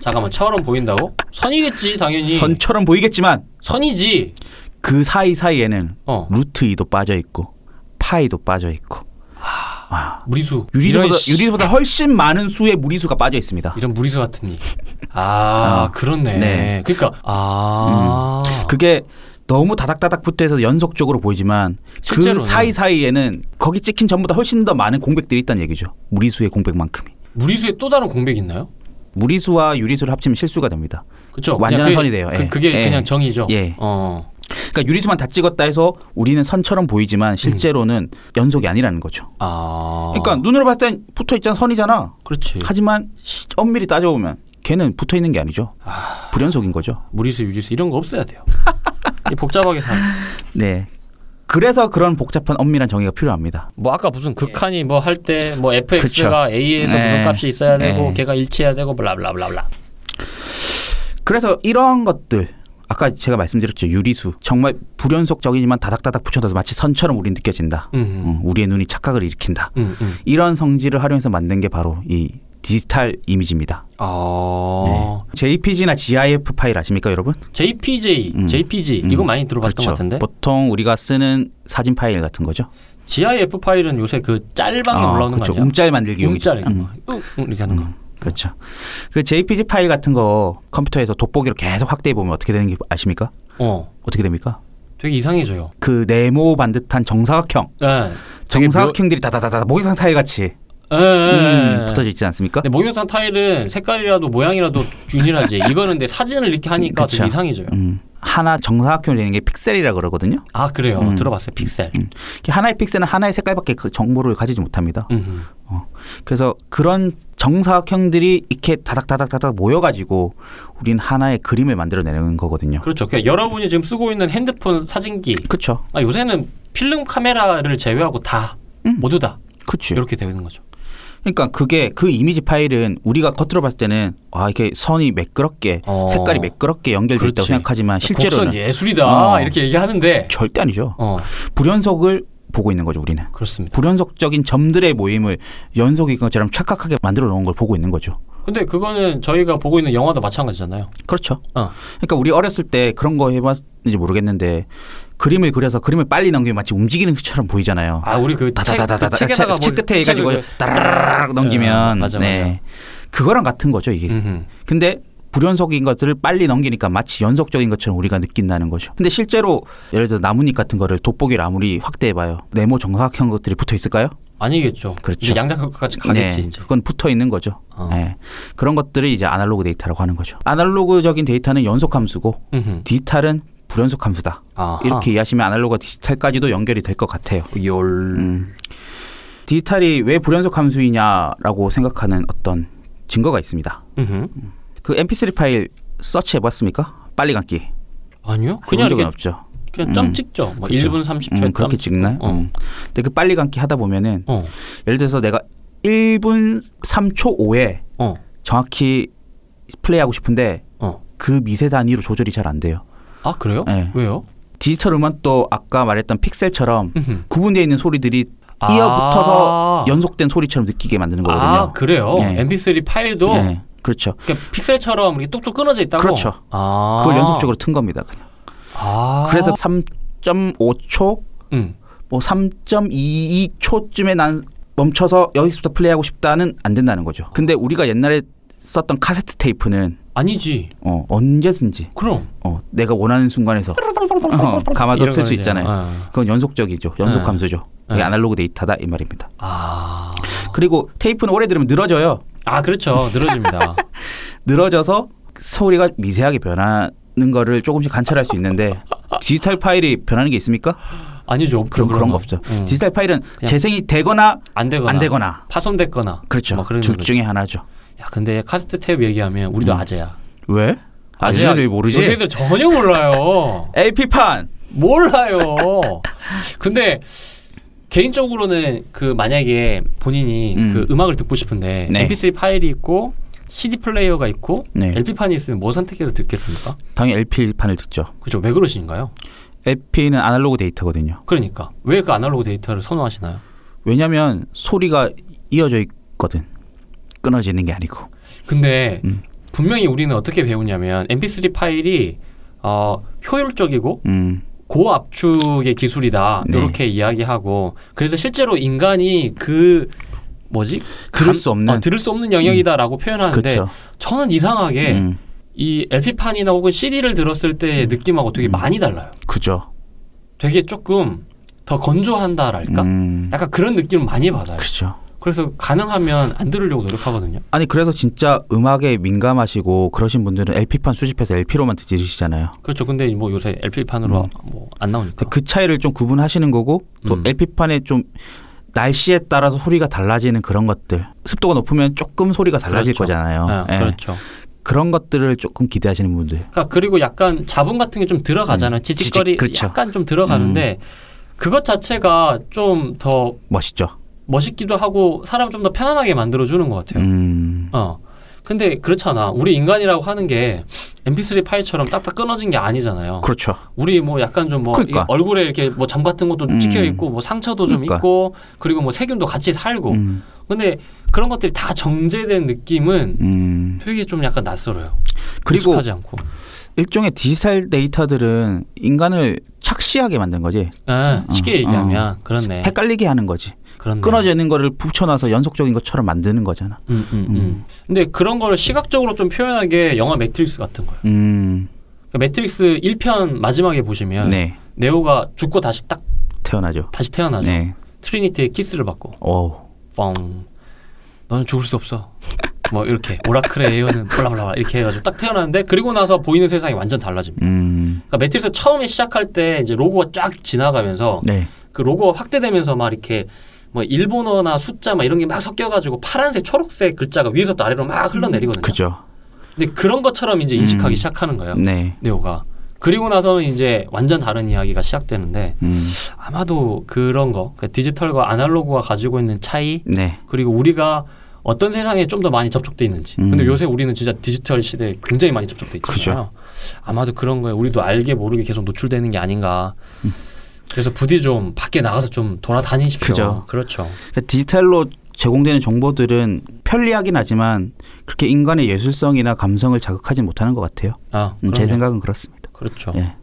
Speaker 2: 잠깐만 차원은 보인다고? 선이겠지 당연히.
Speaker 3: 선처럼 보이겠지만
Speaker 2: 선이지.
Speaker 3: 그 사이 사이에는
Speaker 2: 어.
Speaker 3: 루트 2도 빠져 있고 파이도 빠져 있고
Speaker 2: 무리수.
Speaker 3: 유리수보다,
Speaker 2: 이런, 씨,
Speaker 3: 유리수보다 훨씬 많은 수의 무리수가 빠져 있습니다.
Speaker 2: 이런 무리수 같으니. 아 그렇네.
Speaker 3: 네. 음.
Speaker 2: 그러니까 아.
Speaker 3: 그게 너무 다닥다닥 붙어서 연속적으로 보이지만 그
Speaker 2: 실제로는.
Speaker 3: 사이 사이에는 거기 찍힌 전보다 훨씬 더 많은 공백들이 있다는 얘기죠. 무리수의 공백만큼이.
Speaker 2: 무리수에 또 다른 공백이 있나요?
Speaker 3: 무리수와 유리수를 합치면 실수가 됩니다.
Speaker 2: 그렇죠. 그냥
Speaker 3: 완전한
Speaker 2: 그게-
Speaker 3: 선이 돼요. 예.
Speaker 2: 그, 게
Speaker 3: 예.
Speaker 2: 그냥 정의죠.
Speaker 3: 예.
Speaker 2: 어.
Speaker 3: 그러니까 유리수만 다 찍었다 해서 우리는 선처럼 보이지만 실제로는 연속이 아니라는 거죠.
Speaker 2: 아. 예.
Speaker 3: 그러니까 눈으로 봤을 땐 붙어 있잖아 선이잖아.
Speaker 2: 그렇지.
Speaker 3: 하지만 시- 엄밀히 따져보면 걔는 붙어 있는 게 아니죠. 불연속인 거죠.
Speaker 2: 무리수 유리수 이런 거 없어야 돼요. 이 복잡하게 살.
Speaker 3: 네. 그래서 그런 복잡한 엄밀한 정의가 필요합니다.
Speaker 2: 뭐 아까 무슨 극한이 뭐 할 때 뭐 fx가 a에서
Speaker 3: 네.
Speaker 2: 무슨 값이 있어야 되고
Speaker 3: 네.
Speaker 2: 걔가 일치해야 되고 블라블라블라블라.
Speaker 3: 그래서 이러한 것들 아까 제가 말씀드렸죠 유리수 정말 불연속적이지만 다닥다닥 붙여서 마치 선처럼 우린 느껴진다.
Speaker 2: 음.
Speaker 3: 어, 우리의 눈이 착각을 일으킨다.
Speaker 2: 음, 음.
Speaker 3: 이런 성질을 활용해서 만든 게 바로 이 디지털 이미지입니다.
Speaker 2: 아.
Speaker 3: JPG나 GIF 파일 아십니까 여러분?
Speaker 2: JPJ,
Speaker 3: 음. 뭐
Speaker 2: JPG 이거 많이 들어봤던 것 같은데.
Speaker 3: 보통 우리가 쓰는 사진 파일 같은 거죠.
Speaker 2: GIF 파일은 요새 그 짤방에
Speaker 3: 아,
Speaker 2: 올라오는
Speaker 3: 그렇죠.
Speaker 2: 거 아니야?
Speaker 3: 움짤 만들기 용이죠.
Speaker 2: 움짤 이거
Speaker 3: 음,
Speaker 2: 막 응, 응, 이렇게 하는 거.
Speaker 3: 그렇죠. 그 JPG 파일 같은 거 컴퓨터에서 돋보기로 계속 확대해 보면 어떻게 되는 게 아십니까?
Speaker 2: 어.
Speaker 3: 어떻게 됩니까?
Speaker 2: 되게 이상해져요.
Speaker 3: 그 네모 반듯한 정사각형,
Speaker 2: 예. 네.
Speaker 3: 정사각형들이 다다다다 목욕탕 타일 같이
Speaker 2: 예. 예,
Speaker 3: 음,
Speaker 2: 예.
Speaker 3: 붙어져 있지 않습니까?
Speaker 2: 근데 목욕탕 타일은 색깔이라도 모양이라도 균일하지. 이거는 근데 사진을 이렇게 하니까
Speaker 3: 그쵸.
Speaker 2: 좀 이상해져요.
Speaker 3: 음, 하나 정사각형이 되는 게 픽셀이라 그러거든요.
Speaker 2: 아 그래요.
Speaker 3: 음.
Speaker 2: 들어봤어요. 픽셀.
Speaker 3: 이게 하나의 픽셀은 하나의 색깔밖에 그 정보를 가지지 못합니다.
Speaker 2: 음, 음.
Speaker 3: 그래서 그런 정사각형들이 이렇게 다닥다닥다닥 모여가지고 우린 하나의 그림을 만들어내는 거거든요.
Speaker 2: 그렇죠. 그러니까 여러분이 지금 쓰고 있는 핸드폰 사진기.
Speaker 3: 그렇죠.
Speaker 2: 아, 요새는 필름 카메라를 제외하고 다 모두 다
Speaker 3: 음. 그렇죠.
Speaker 2: 이렇게 되는 거죠.
Speaker 3: 그러니까 그게 그 이미지 파일은 우리가 겉으로 봤을 때는 아 이게 선이 매끄럽게
Speaker 2: 어.
Speaker 3: 색깔이 매끄럽게 연결돼 있다고
Speaker 2: 그렇지. 그러니까
Speaker 3: 생각하지만
Speaker 2: 곡선
Speaker 3: 실제로는
Speaker 2: 예술이다
Speaker 3: 어.
Speaker 2: 이렇게 얘기하는데
Speaker 3: 절대 아니죠.
Speaker 2: 어,
Speaker 3: 불연속을 보고 있는 거죠 우리는.
Speaker 2: 그렇습니다.
Speaker 3: 불연속적인 점들의 모임을 연속인 것처럼 착각하게 만들어 놓은 걸 보고 있는 거죠.
Speaker 2: 근데 그거는 저희가 보고 있는 영화도 마찬가지잖아요.
Speaker 3: 그렇죠.
Speaker 2: 어.
Speaker 3: 그러니까 우리 어렸을 때 그런 거 해봤는지 모르겠는데 그림을 그려서 그림을 빨리 넘기면 마치 움직이는 것처럼 보이잖아요.
Speaker 2: 아 우리 그, 책,
Speaker 3: 다다다다다
Speaker 2: 그 책에다가
Speaker 3: 책,
Speaker 2: 뭘-
Speaker 3: 끝에 해가지고
Speaker 2: 책을
Speaker 3: 따라락
Speaker 2: 아,
Speaker 3: 넘기면
Speaker 2: 맞아, 맞아.
Speaker 3: 그거랑 같은 거죠 이게.
Speaker 2: 그- 음흠.
Speaker 3: 근데 불연속인 것들을 빨리 넘기니까 마치 연속적인 것처럼 우리가 느낀다는 거죠. 근데 실제로 예를 들어 나뭇잎 같은 거를 돋보기를 아무리 확대해봐요. 네모 정사각형 것들이 붙어 있을까요?
Speaker 2: 아니겠죠.
Speaker 3: 그렇죠.
Speaker 2: 이제 양자역학까지 가겠지
Speaker 3: 네,
Speaker 2: 이제.
Speaker 3: 그건 붙어 있는 거죠.
Speaker 2: 어.
Speaker 3: 네. 그런 것들을 이제 아날로그 데이터라고 하는 거죠. 아날로그적인 데이터는 연속 함수고
Speaker 2: 음흠.
Speaker 3: 디지털은 불연속 함수다.
Speaker 2: 아하.
Speaker 3: 이렇게 이해하시면 아날로그와 디지털까지도 연결이 될 것 같아요.
Speaker 2: 열.
Speaker 3: 음. 디지털이 왜 불연속 함수이냐라고 생각하는 어떤 증거가 있습니다.
Speaker 2: 음흠.
Speaker 3: 그 mp3 파일 서치 해봤습니까? 빨리 감기.
Speaker 2: 아니요. 그냥
Speaker 3: 그런
Speaker 2: 이렇게
Speaker 3: 적은 없죠.
Speaker 2: 그냥 점
Speaker 3: 음.
Speaker 2: 찍죠. 뭐
Speaker 3: 그렇죠.
Speaker 2: 1분
Speaker 3: 음,
Speaker 2: 30초 에
Speaker 3: 그렇게 찍나요?
Speaker 2: 어.
Speaker 3: 음. 근데 그 빨리 감기 하다 보면은
Speaker 2: 어.
Speaker 3: 예를 들어서 내가 1분 3초 5에
Speaker 2: 어.
Speaker 3: 정확히 플레이하고 싶은데
Speaker 2: 어.
Speaker 3: 그 미세 단위로 조절이 잘 안 돼요.
Speaker 2: 아 그래요?
Speaker 3: 네.
Speaker 2: 왜요?
Speaker 3: 디지털 음원 또 아까 말했던 픽셀처럼
Speaker 2: 음흠.
Speaker 3: 구분되어 있는 소리들이 이어붙어서 연속된 소리처럼 느끼게 만드는 거거든요.
Speaker 2: 아 그래요?
Speaker 3: 네.
Speaker 2: MP3 파일도
Speaker 3: 네, 그렇죠.
Speaker 2: 그러니까 픽셀처럼 이렇게 뚝뚝 끊어져 있다고.
Speaker 3: 그렇죠.
Speaker 2: 아.
Speaker 3: 그걸 연속적으로 튼 겁니다. 그냥.
Speaker 2: 아.
Speaker 3: 그래서 3.5초
Speaker 2: 음.
Speaker 3: 뭐 3.22초쯤에 난 멈춰서 여기서부터 플레이하고 싶다는 안 된다는 거죠. 근데 우리가 옛날에 썼던 카세트 테이프는
Speaker 2: 아니지.
Speaker 3: 어, 언제든지
Speaker 2: 그럼.
Speaker 3: 어, 내가 원하는 순간에서 어, 감아서
Speaker 2: 이런
Speaker 3: 틀 수
Speaker 2: 거지.
Speaker 3: 있잖아요.
Speaker 2: 어.
Speaker 3: 그건 연속적이죠.
Speaker 2: 네.
Speaker 3: 연속 감소죠.
Speaker 2: 네.
Speaker 3: 이게 아날로그 데이터다 이 말입니다.
Speaker 2: 아.
Speaker 3: 그리고 테이프는 오래 들으면 늘어져요.
Speaker 2: 아 그렇죠. 늘어집니다.
Speaker 3: 늘어져서 소리가 미세하게 변하는 거를 조금씩 관찰할 수 있는데 디지털 파일이 변하는 게 있습니까?
Speaker 2: 아니죠.
Speaker 3: 그런 그런 거 없죠.
Speaker 2: 음.
Speaker 3: 디지털 파일은
Speaker 2: 그냥
Speaker 3: 재생이 되거나
Speaker 2: 안 되거나.
Speaker 3: 안 되거나
Speaker 2: 파손됐거나.
Speaker 3: 그렇죠.
Speaker 2: 뭐 그런
Speaker 3: 둘
Speaker 2: 거죠.
Speaker 3: 중에 하나죠.
Speaker 2: 야 근데 카세트 탭 얘기하면 우리도 아재야.
Speaker 3: 왜? 음. 아, 얘네들 모르지.
Speaker 2: 요새들 전혀 몰라요.
Speaker 3: LP판
Speaker 2: 몰라요. 근데 개인적으로는 그 만약에 본인이
Speaker 3: 음.
Speaker 2: 그 음악을 듣고 싶은데
Speaker 3: 네.
Speaker 2: MP3 파일이 있고 CD 플레이어가 있고
Speaker 3: 네.
Speaker 2: LP 판이 있으면 뭐 선택해서 듣겠습니까?
Speaker 3: 당연히 LP판을 듣죠.
Speaker 2: 그죠? 왜 그러신가요?
Speaker 3: LP는 아날로그 데이터거든요.
Speaker 2: 그러니까 왜 그 아날로그 데이터를 선호하시나요?
Speaker 3: 왜냐면 소리가 이어져 있거든. 끊어지는 게 아니고.
Speaker 2: 근데
Speaker 3: 음.
Speaker 2: 분명히 우리는 어떻게 배우냐면 MP3 파일이 어, 효율적이고
Speaker 3: 음.
Speaker 2: 고압축의 기술이다
Speaker 3: 네.
Speaker 2: 이렇게 이야기하고 그래서 실제로 인간이 그 뭐지
Speaker 3: 들을 수 없는
Speaker 2: 어, 들을 수 없는 영역이다라고 표현하는데
Speaker 3: 그렇죠.
Speaker 2: 저는 이상하게
Speaker 3: 음.
Speaker 2: 이 LP 판이나 혹은 CD를 들었을 때의 느낌하고
Speaker 3: 음.
Speaker 2: 되게 많이 달라요.
Speaker 3: 그죠.
Speaker 2: 되게 조금 더 건조한다랄까
Speaker 3: 음.
Speaker 2: 약간 그런 느낌을 많이 받아요.
Speaker 3: 그죠.
Speaker 2: 그래서 가능하면 안 들으려고 노력하거든요.
Speaker 3: 아니 그래서 진짜 음악에 민감하시고 그러신 분들은 LP판 수집해서 LP로만 들으시잖아요.
Speaker 2: 그렇죠. 근데 뭐 요새 LP 판으로 뭐 안 나오니까.
Speaker 3: 그 차이를 좀 구분하시는 거고 또
Speaker 2: 음.
Speaker 3: LP판에 좀 날씨에 따라서 소리가 달라지는 그런 것들 습도가 높으면 조금 소리가 달라질
Speaker 2: 그렇죠.
Speaker 3: 거잖아요.
Speaker 2: 예,
Speaker 3: 예.
Speaker 2: 그렇죠.
Speaker 3: 그런 것들을 조금 기대하시는 분들.
Speaker 2: 그러니까 그리고 약간 자본 같은 게 좀 들어가잖아요. 지직거리
Speaker 3: 지직, 그렇죠. 음.
Speaker 2: 약간 좀 들어가는데 그것 자체가 좀 더
Speaker 3: 멋있죠.
Speaker 2: 멋있기도 하고 사람 을 좀 더 편안하게 만들어 주는 것 같아요.
Speaker 3: 음.
Speaker 2: 어. 근데 그렇잖아. 우리 인간이라고 하는 게 MP3 파일처럼 딱딱 끊어진 게 아니잖아요.
Speaker 3: 그렇죠.
Speaker 2: 우리 뭐 약간 좀 뭐
Speaker 3: 그러니까.
Speaker 2: 얼굴에 이렇게 뭐 점 같은 것도 좀
Speaker 3: 음.
Speaker 2: 찍혀 있고 뭐 상처도 좀
Speaker 3: 그러니까.
Speaker 2: 있고 그리고 뭐 세균도 같이 살고.
Speaker 3: 음.
Speaker 2: 근데 그런 것들이 다 정제된 느낌은
Speaker 3: 음.
Speaker 2: 되게 좀 약간 낯설어요.
Speaker 3: 그리고
Speaker 2: 익숙하지 않고.
Speaker 3: 일종의 디지털 데이터들은 인간을 착시하게 만든 거지.
Speaker 2: 아, 쉽게
Speaker 3: 어,
Speaker 2: 얘기하면 그렇네.
Speaker 3: 헷갈리게 하는 거지.
Speaker 2: 그렇네.
Speaker 3: 끊어져 있는 거를 붙여놔서 연속적인 것처럼 만드는 거잖아.
Speaker 2: 음, 음, 음. 근데 그런 거를 시각적으로 좀 표현한 게 영화 매트릭스 같은 거예요.
Speaker 3: 음.
Speaker 2: 그러니까 매트릭스 1편 마지막에 보시면
Speaker 3: 네.
Speaker 2: 네오가 죽고 다시 딱
Speaker 3: 태어나죠.
Speaker 2: 다시 태어나죠.
Speaker 3: 네.
Speaker 2: 트리니티의 키스를 받고
Speaker 3: 어.
Speaker 2: 뻥 너는 죽을 수 없어 뭐 이렇게 오라클의 예언은 블라블라 이렇게 해가지고 딱 태어나는데 그리고 나서 보이는 세상이 완전 달라집니다
Speaker 3: 음.
Speaker 2: 그러니까 매트릭스 처음에 시작할 때 이제 로고가 쫙 지나가면서
Speaker 3: 네.
Speaker 2: 그 로고가 확대되면서 막 이렇게 뭐 일본어나 숫자 막 이런 게 막 섞여가지고 파란색 초록색 글자가 위에서부터 아래로 막 흘러내리거든요
Speaker 3: 그죠.
Speaker 2: 근데 그런 것처럼 이제 인식하기
Speaker 3: 음.
Speaker 2: 시작하는 거예요
Speaker 3: 네.
Speaker 2: 네오가 그리고 나서는 이제 완전 다른 이야기가 시작되는데
Speaker 3: 음.
Speaker 2: 아마도 그런 거 그러니까 디지털과 아날로그가 가지고 있는 차이
Speaker 3: 네.
Speaker 2: 그리고 우리가 어떤 세상에 좀 더 많이 접촉돼 있는지 근데
Speaker 3: 음.
Speaker 2: 요새 우리는 진짜 디지털 시대에 굉장히 많이
Speaker 3: 음.
Speaker 2: 접촉돼 있잖아요 아마도 그런 거에 우리도 알게 모르게 계속 노출되는 게 아닌가 그래서 부디 좀 밖에 나가서 좀 돌아다니십시오.
Speaker 3: 그죠.
Speaker 2: 그렇죠.
Speaker 3: 그러니까 디지털로 제공되는 정보들은 편리하긴 하지만 그렇게 인간의 예술성이나 감성을 자극하지 못하는 것 같아요.
Speaker 2: 아,
Speaker 3: 음, 제
Speaker 2: 그럼요.
Speaker 3: 생각은 그렇습니다.
Speaker 2: 그렇죠.
Speaker 3: 예.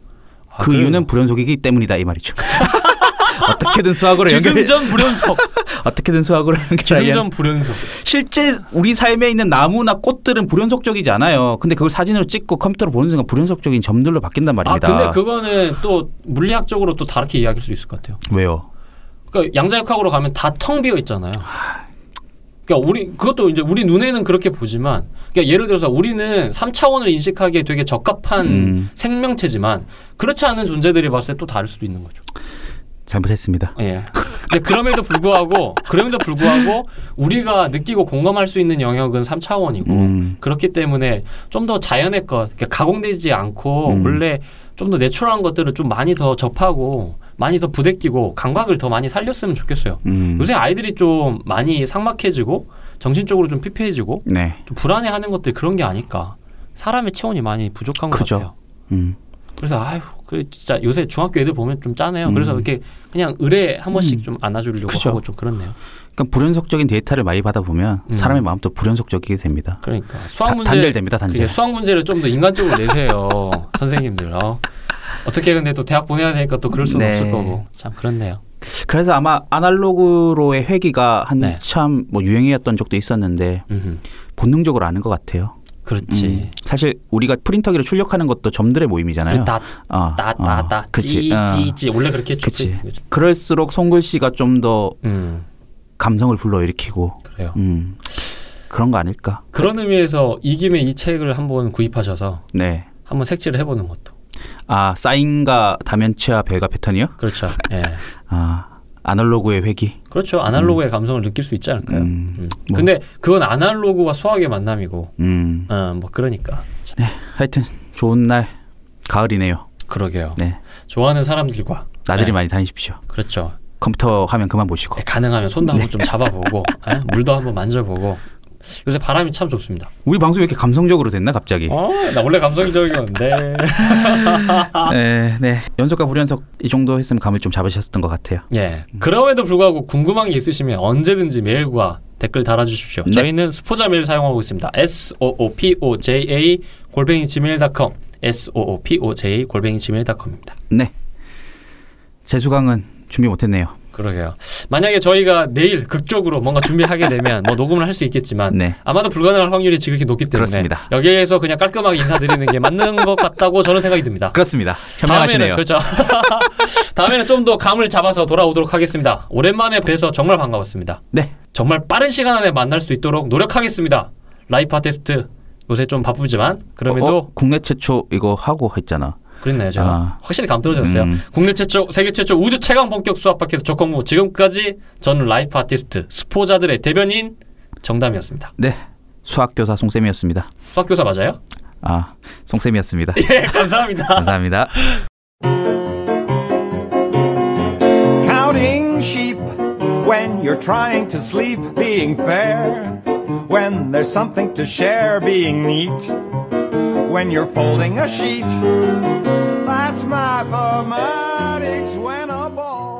Speaker 2: 아,
Speaker 3: 그
Speaker 2: 그래요.
Speaker 3: 이유는 불연속이기 때문이다 이 말이죠. 어떻게든 수학으로 연결
Speaker 2: 기승전 불연속.
Speaker 3: 어떻게든 수학으로 연결
Speaker 2: 기승전 불연속.
Speaker 3: 실제 우리 삶에 있는 나무나 꽃들은 불연속적이지 않아요. 근데 그걸 사진으로 찍고 컴퓨터로 보는 순간 불연속적인 점들로 바뀐단
Speaker 2: 아
Speaker 3: 말입니다.
Speaker 2: 근데 그거는 또 물리학적으로 또 다르게 이야기할 수 있을 것 같아요.
Speaker 3: 왜요?
Speaker 2: 그러니까 양자역학으로 가면 다 텅 비어 있잖아요. 그러니까 우리 그것도 이제 우리 눈에는 그렇게 보지만 그러니까 예를 들어서 우리는 3차원을 인식하기에 되게 적합한
Speaker 3: 음.
Speaker 2: 생명체지만 그렇지 않은 존재들이 봤을 때 또 다를 수도 있는 거죠.
Speaker 3: 잘못했습니다.
Speaker 2: 예. 근데 그럼에도 불구하고 그럼에도 불구하고 우리가 느끼고 공감할 수 있는 영역은 3차원이고
Speaker 3: 음.
Speaker 2: 그렇기 때문에 좀 더 자연의 것 그러니까 가공되지 않고
Speaker 3: 음.
Speaker 2: 원래 좀 더 내추럴한 것들을 좀 많이 더 접하고 많이 더 부대끼고 감각을 더 많이 살렸으면 좋겠어요.
Speaker 3: 음.
Speaker 2: 요새 아이들이 좀 많이 삭막해지고 정신적으로 좀 피폐해지고
Speaker 3: 네.
Speaker 2: 좀 불안해하는 것들 그런 게 아닐까. 사람의 체온이 많이 부족한 것
Speaker 3: 그죠.
Speaker 2: 같아요.
Speaker 3: 음.
Speaker 2: 그래서 아휴 그 진짜 요새 중학교 애들 보면 좀 짠해요. 그래서
Speaker 3: 음.
Speaker 2: 이렇게 그냥 의뢰 한 번씩 좀 안아주려고
Speaker 3: 그죠.
Speaker 2: 하고 좀 그렇네요.
Speaker 3: 그러니까 불연속적인 데이터를 많이 받아 보면
Speaker 2: 음.
Speaker 3: 사람의 마음도 불연속적이게 됩니다.
Speaker 2: 그러니까
Speaker 3: 다-
Speaker 2: 수학 문제
Speaker 3: 단절됩니다. 단절.
Speaker 2: 그게 수학 문제를 좀 더 인간적으로 내세요 선생님들. 어. 어떻게 근데 또 대학 보내야 되니까 또 그럴 수는
Speaker 3: 네.
Speaker 2: 없을 거고 참 그렇네요.
Speaker 3: 그래서 아마 아날로그로의 회귀가
Speaker 2: 네.
Speaker 3: 한참 뭐 유행이었던 적도 있었는데
Speaker 2: 음,
Speaker 3: 본능적으로 아는 것 같아요.
Speaker 2: 그렇지.
Speaker 3: 음. 사실 우리가 프린터기로 출력하는 것도 점들의
Speaker 2: 그
Speaker 3: 모임이잖아요. 어, 어,
Speaker 2: 따따따따
Speaker 3: 그치. 어.
Speaker 2: 찌찌찌 원래 그렇게 했죠.
Speaker 3: 그치.
Speaker 2: 그치.
Speaker 3: 그럴수록 손글씨가 좀 더
Speaker 2: 음
Speaker 3: 감성을 불러일으키고
Speaker 2: 그래요.
Speaker 3: 음, 그런 거 아닐까.
Speaker 2: 그런 의미에서 이 김에 이 책을 한번 구입하셔서
Speaker 3: 네.
Speaker 2: 한번 색칠을 해보는 것도
Speaker 3: 아 사인과 다면체와 별과 패턴이요?
Speaker 2: 그렇죠. 예,
Speaker 3: 아 아날로그의 회귀.
Speaker 2: 그렇죠. 아날로그의 감성을 느낄 수 있지 않을까요?
Speaker 3: 음,
Speaker 2: 음.
Speaker 3: 뭐.
Speaker 2: 근데 그건 아날로그와 수학의 만남이고,
Speaker 3: 음.
Speaker 2: 어, 뭐 그러니까 참,
Speaker 3: 하여튼 좋은 날 가을이네요.
Speaker 2: 그러게요.
Speaker 3: 네.
Speaker 2: 좋아하는 사람들과
Speaker 3: 나들이
Speaker 2: 네.
Speaker 3: 많이 다니십시오.
Speaker 2: 그렇죠.
Speaker 3: 컴퓨터 화면 그만 보시고.
Speaker 2: 예, 가능하면 손도 한번 좀 잡아보고, 예? 물도 한번 만져보고. 요새 바람이 참 좋습니다.
Speaker 3: 우리 방송 왜 이렇게 감성적으로 됐나 갑자기?
Speaker 2: 어, 나 원래 감성적이었는데. 아.
Speaker 3: 네, 네. 연속과 불연속 이 정도 했으면 감을 좀 잡으셨던 것 같아요.
Speaker 2: 예. 그럼에도 불구하고 궁금한 게 있으시면 언제든지 메일과 댓글 달아주십시오.
Speaker 3: 네.
Speaker 2: 저희는 스포자 메일 사용하고 있습니다. s o o p o j a 골뱅이 gmail.com s o o p o j a 골뱅이 gmail.com입니다.
Speaker 3: 네. 재수강은 준비 못했네요.
Speaker 2: 그러게요. 만약에 저희가 내일 극적으로 뭔가 준비하게 되면 뭐 녹음을 할 수 있겠지만
Speaker 3: 네.
Speaker 2: 아마도 불가능할 확률이 지극히 높기 때문에
Speaker 3: 그렇습니다.
Speaker 2: 여기에서 그냥 깔끔하게 인사드리는 게 맞는 것 같다고 저는 생각이 듭니다.
Speaker 3: 그렇습니다.
Speaker 2: 다음에는
Speaker 3: 현명하시네요.
Speaker 2: 그렇죠. 다음에는 좀 더 감을 잡아서 돌아오도록 하겠습니다. 오랜만에 뵈서 정말 반가웠습니다.
Speaker 3: 네.
Speaker 2: 정말 빠른 시간 안에 만날 수 있도록 노력하겠습니다. 라이프 아테스트 요새 좀 바쁘지만 그럼에도
Speaker 3: 어, 국내 최초 이거 하고 했잖아.
Speaker 2: 그랬나요 제가
Speaker 3: 아.
Speaker 2: 확실히 감떨어졌어요.
Speaker 3: 음.
Speaker 2: 국내 최초, 세계 최초 우주 최강 본격 수학 팟캐스트 조건부 지금까지 저는 라이프 아티스트 스포자들의 대변인 정담이었습니다.
Speaker 3: 네. 수학교사 송쌤이었습니다.
Speaker 2: 수학교사 맞아요?
Speaker 3: 아, 송쌤이었습니다.
Speaker 2: 예, 감사합니다.
Speaker 3: 감사합니다.
Speaker 1: counting sheep when you're trying to sleep, being fair, when there's something to share, being neat, when you're folding a sheet. That's my formatics when a ball.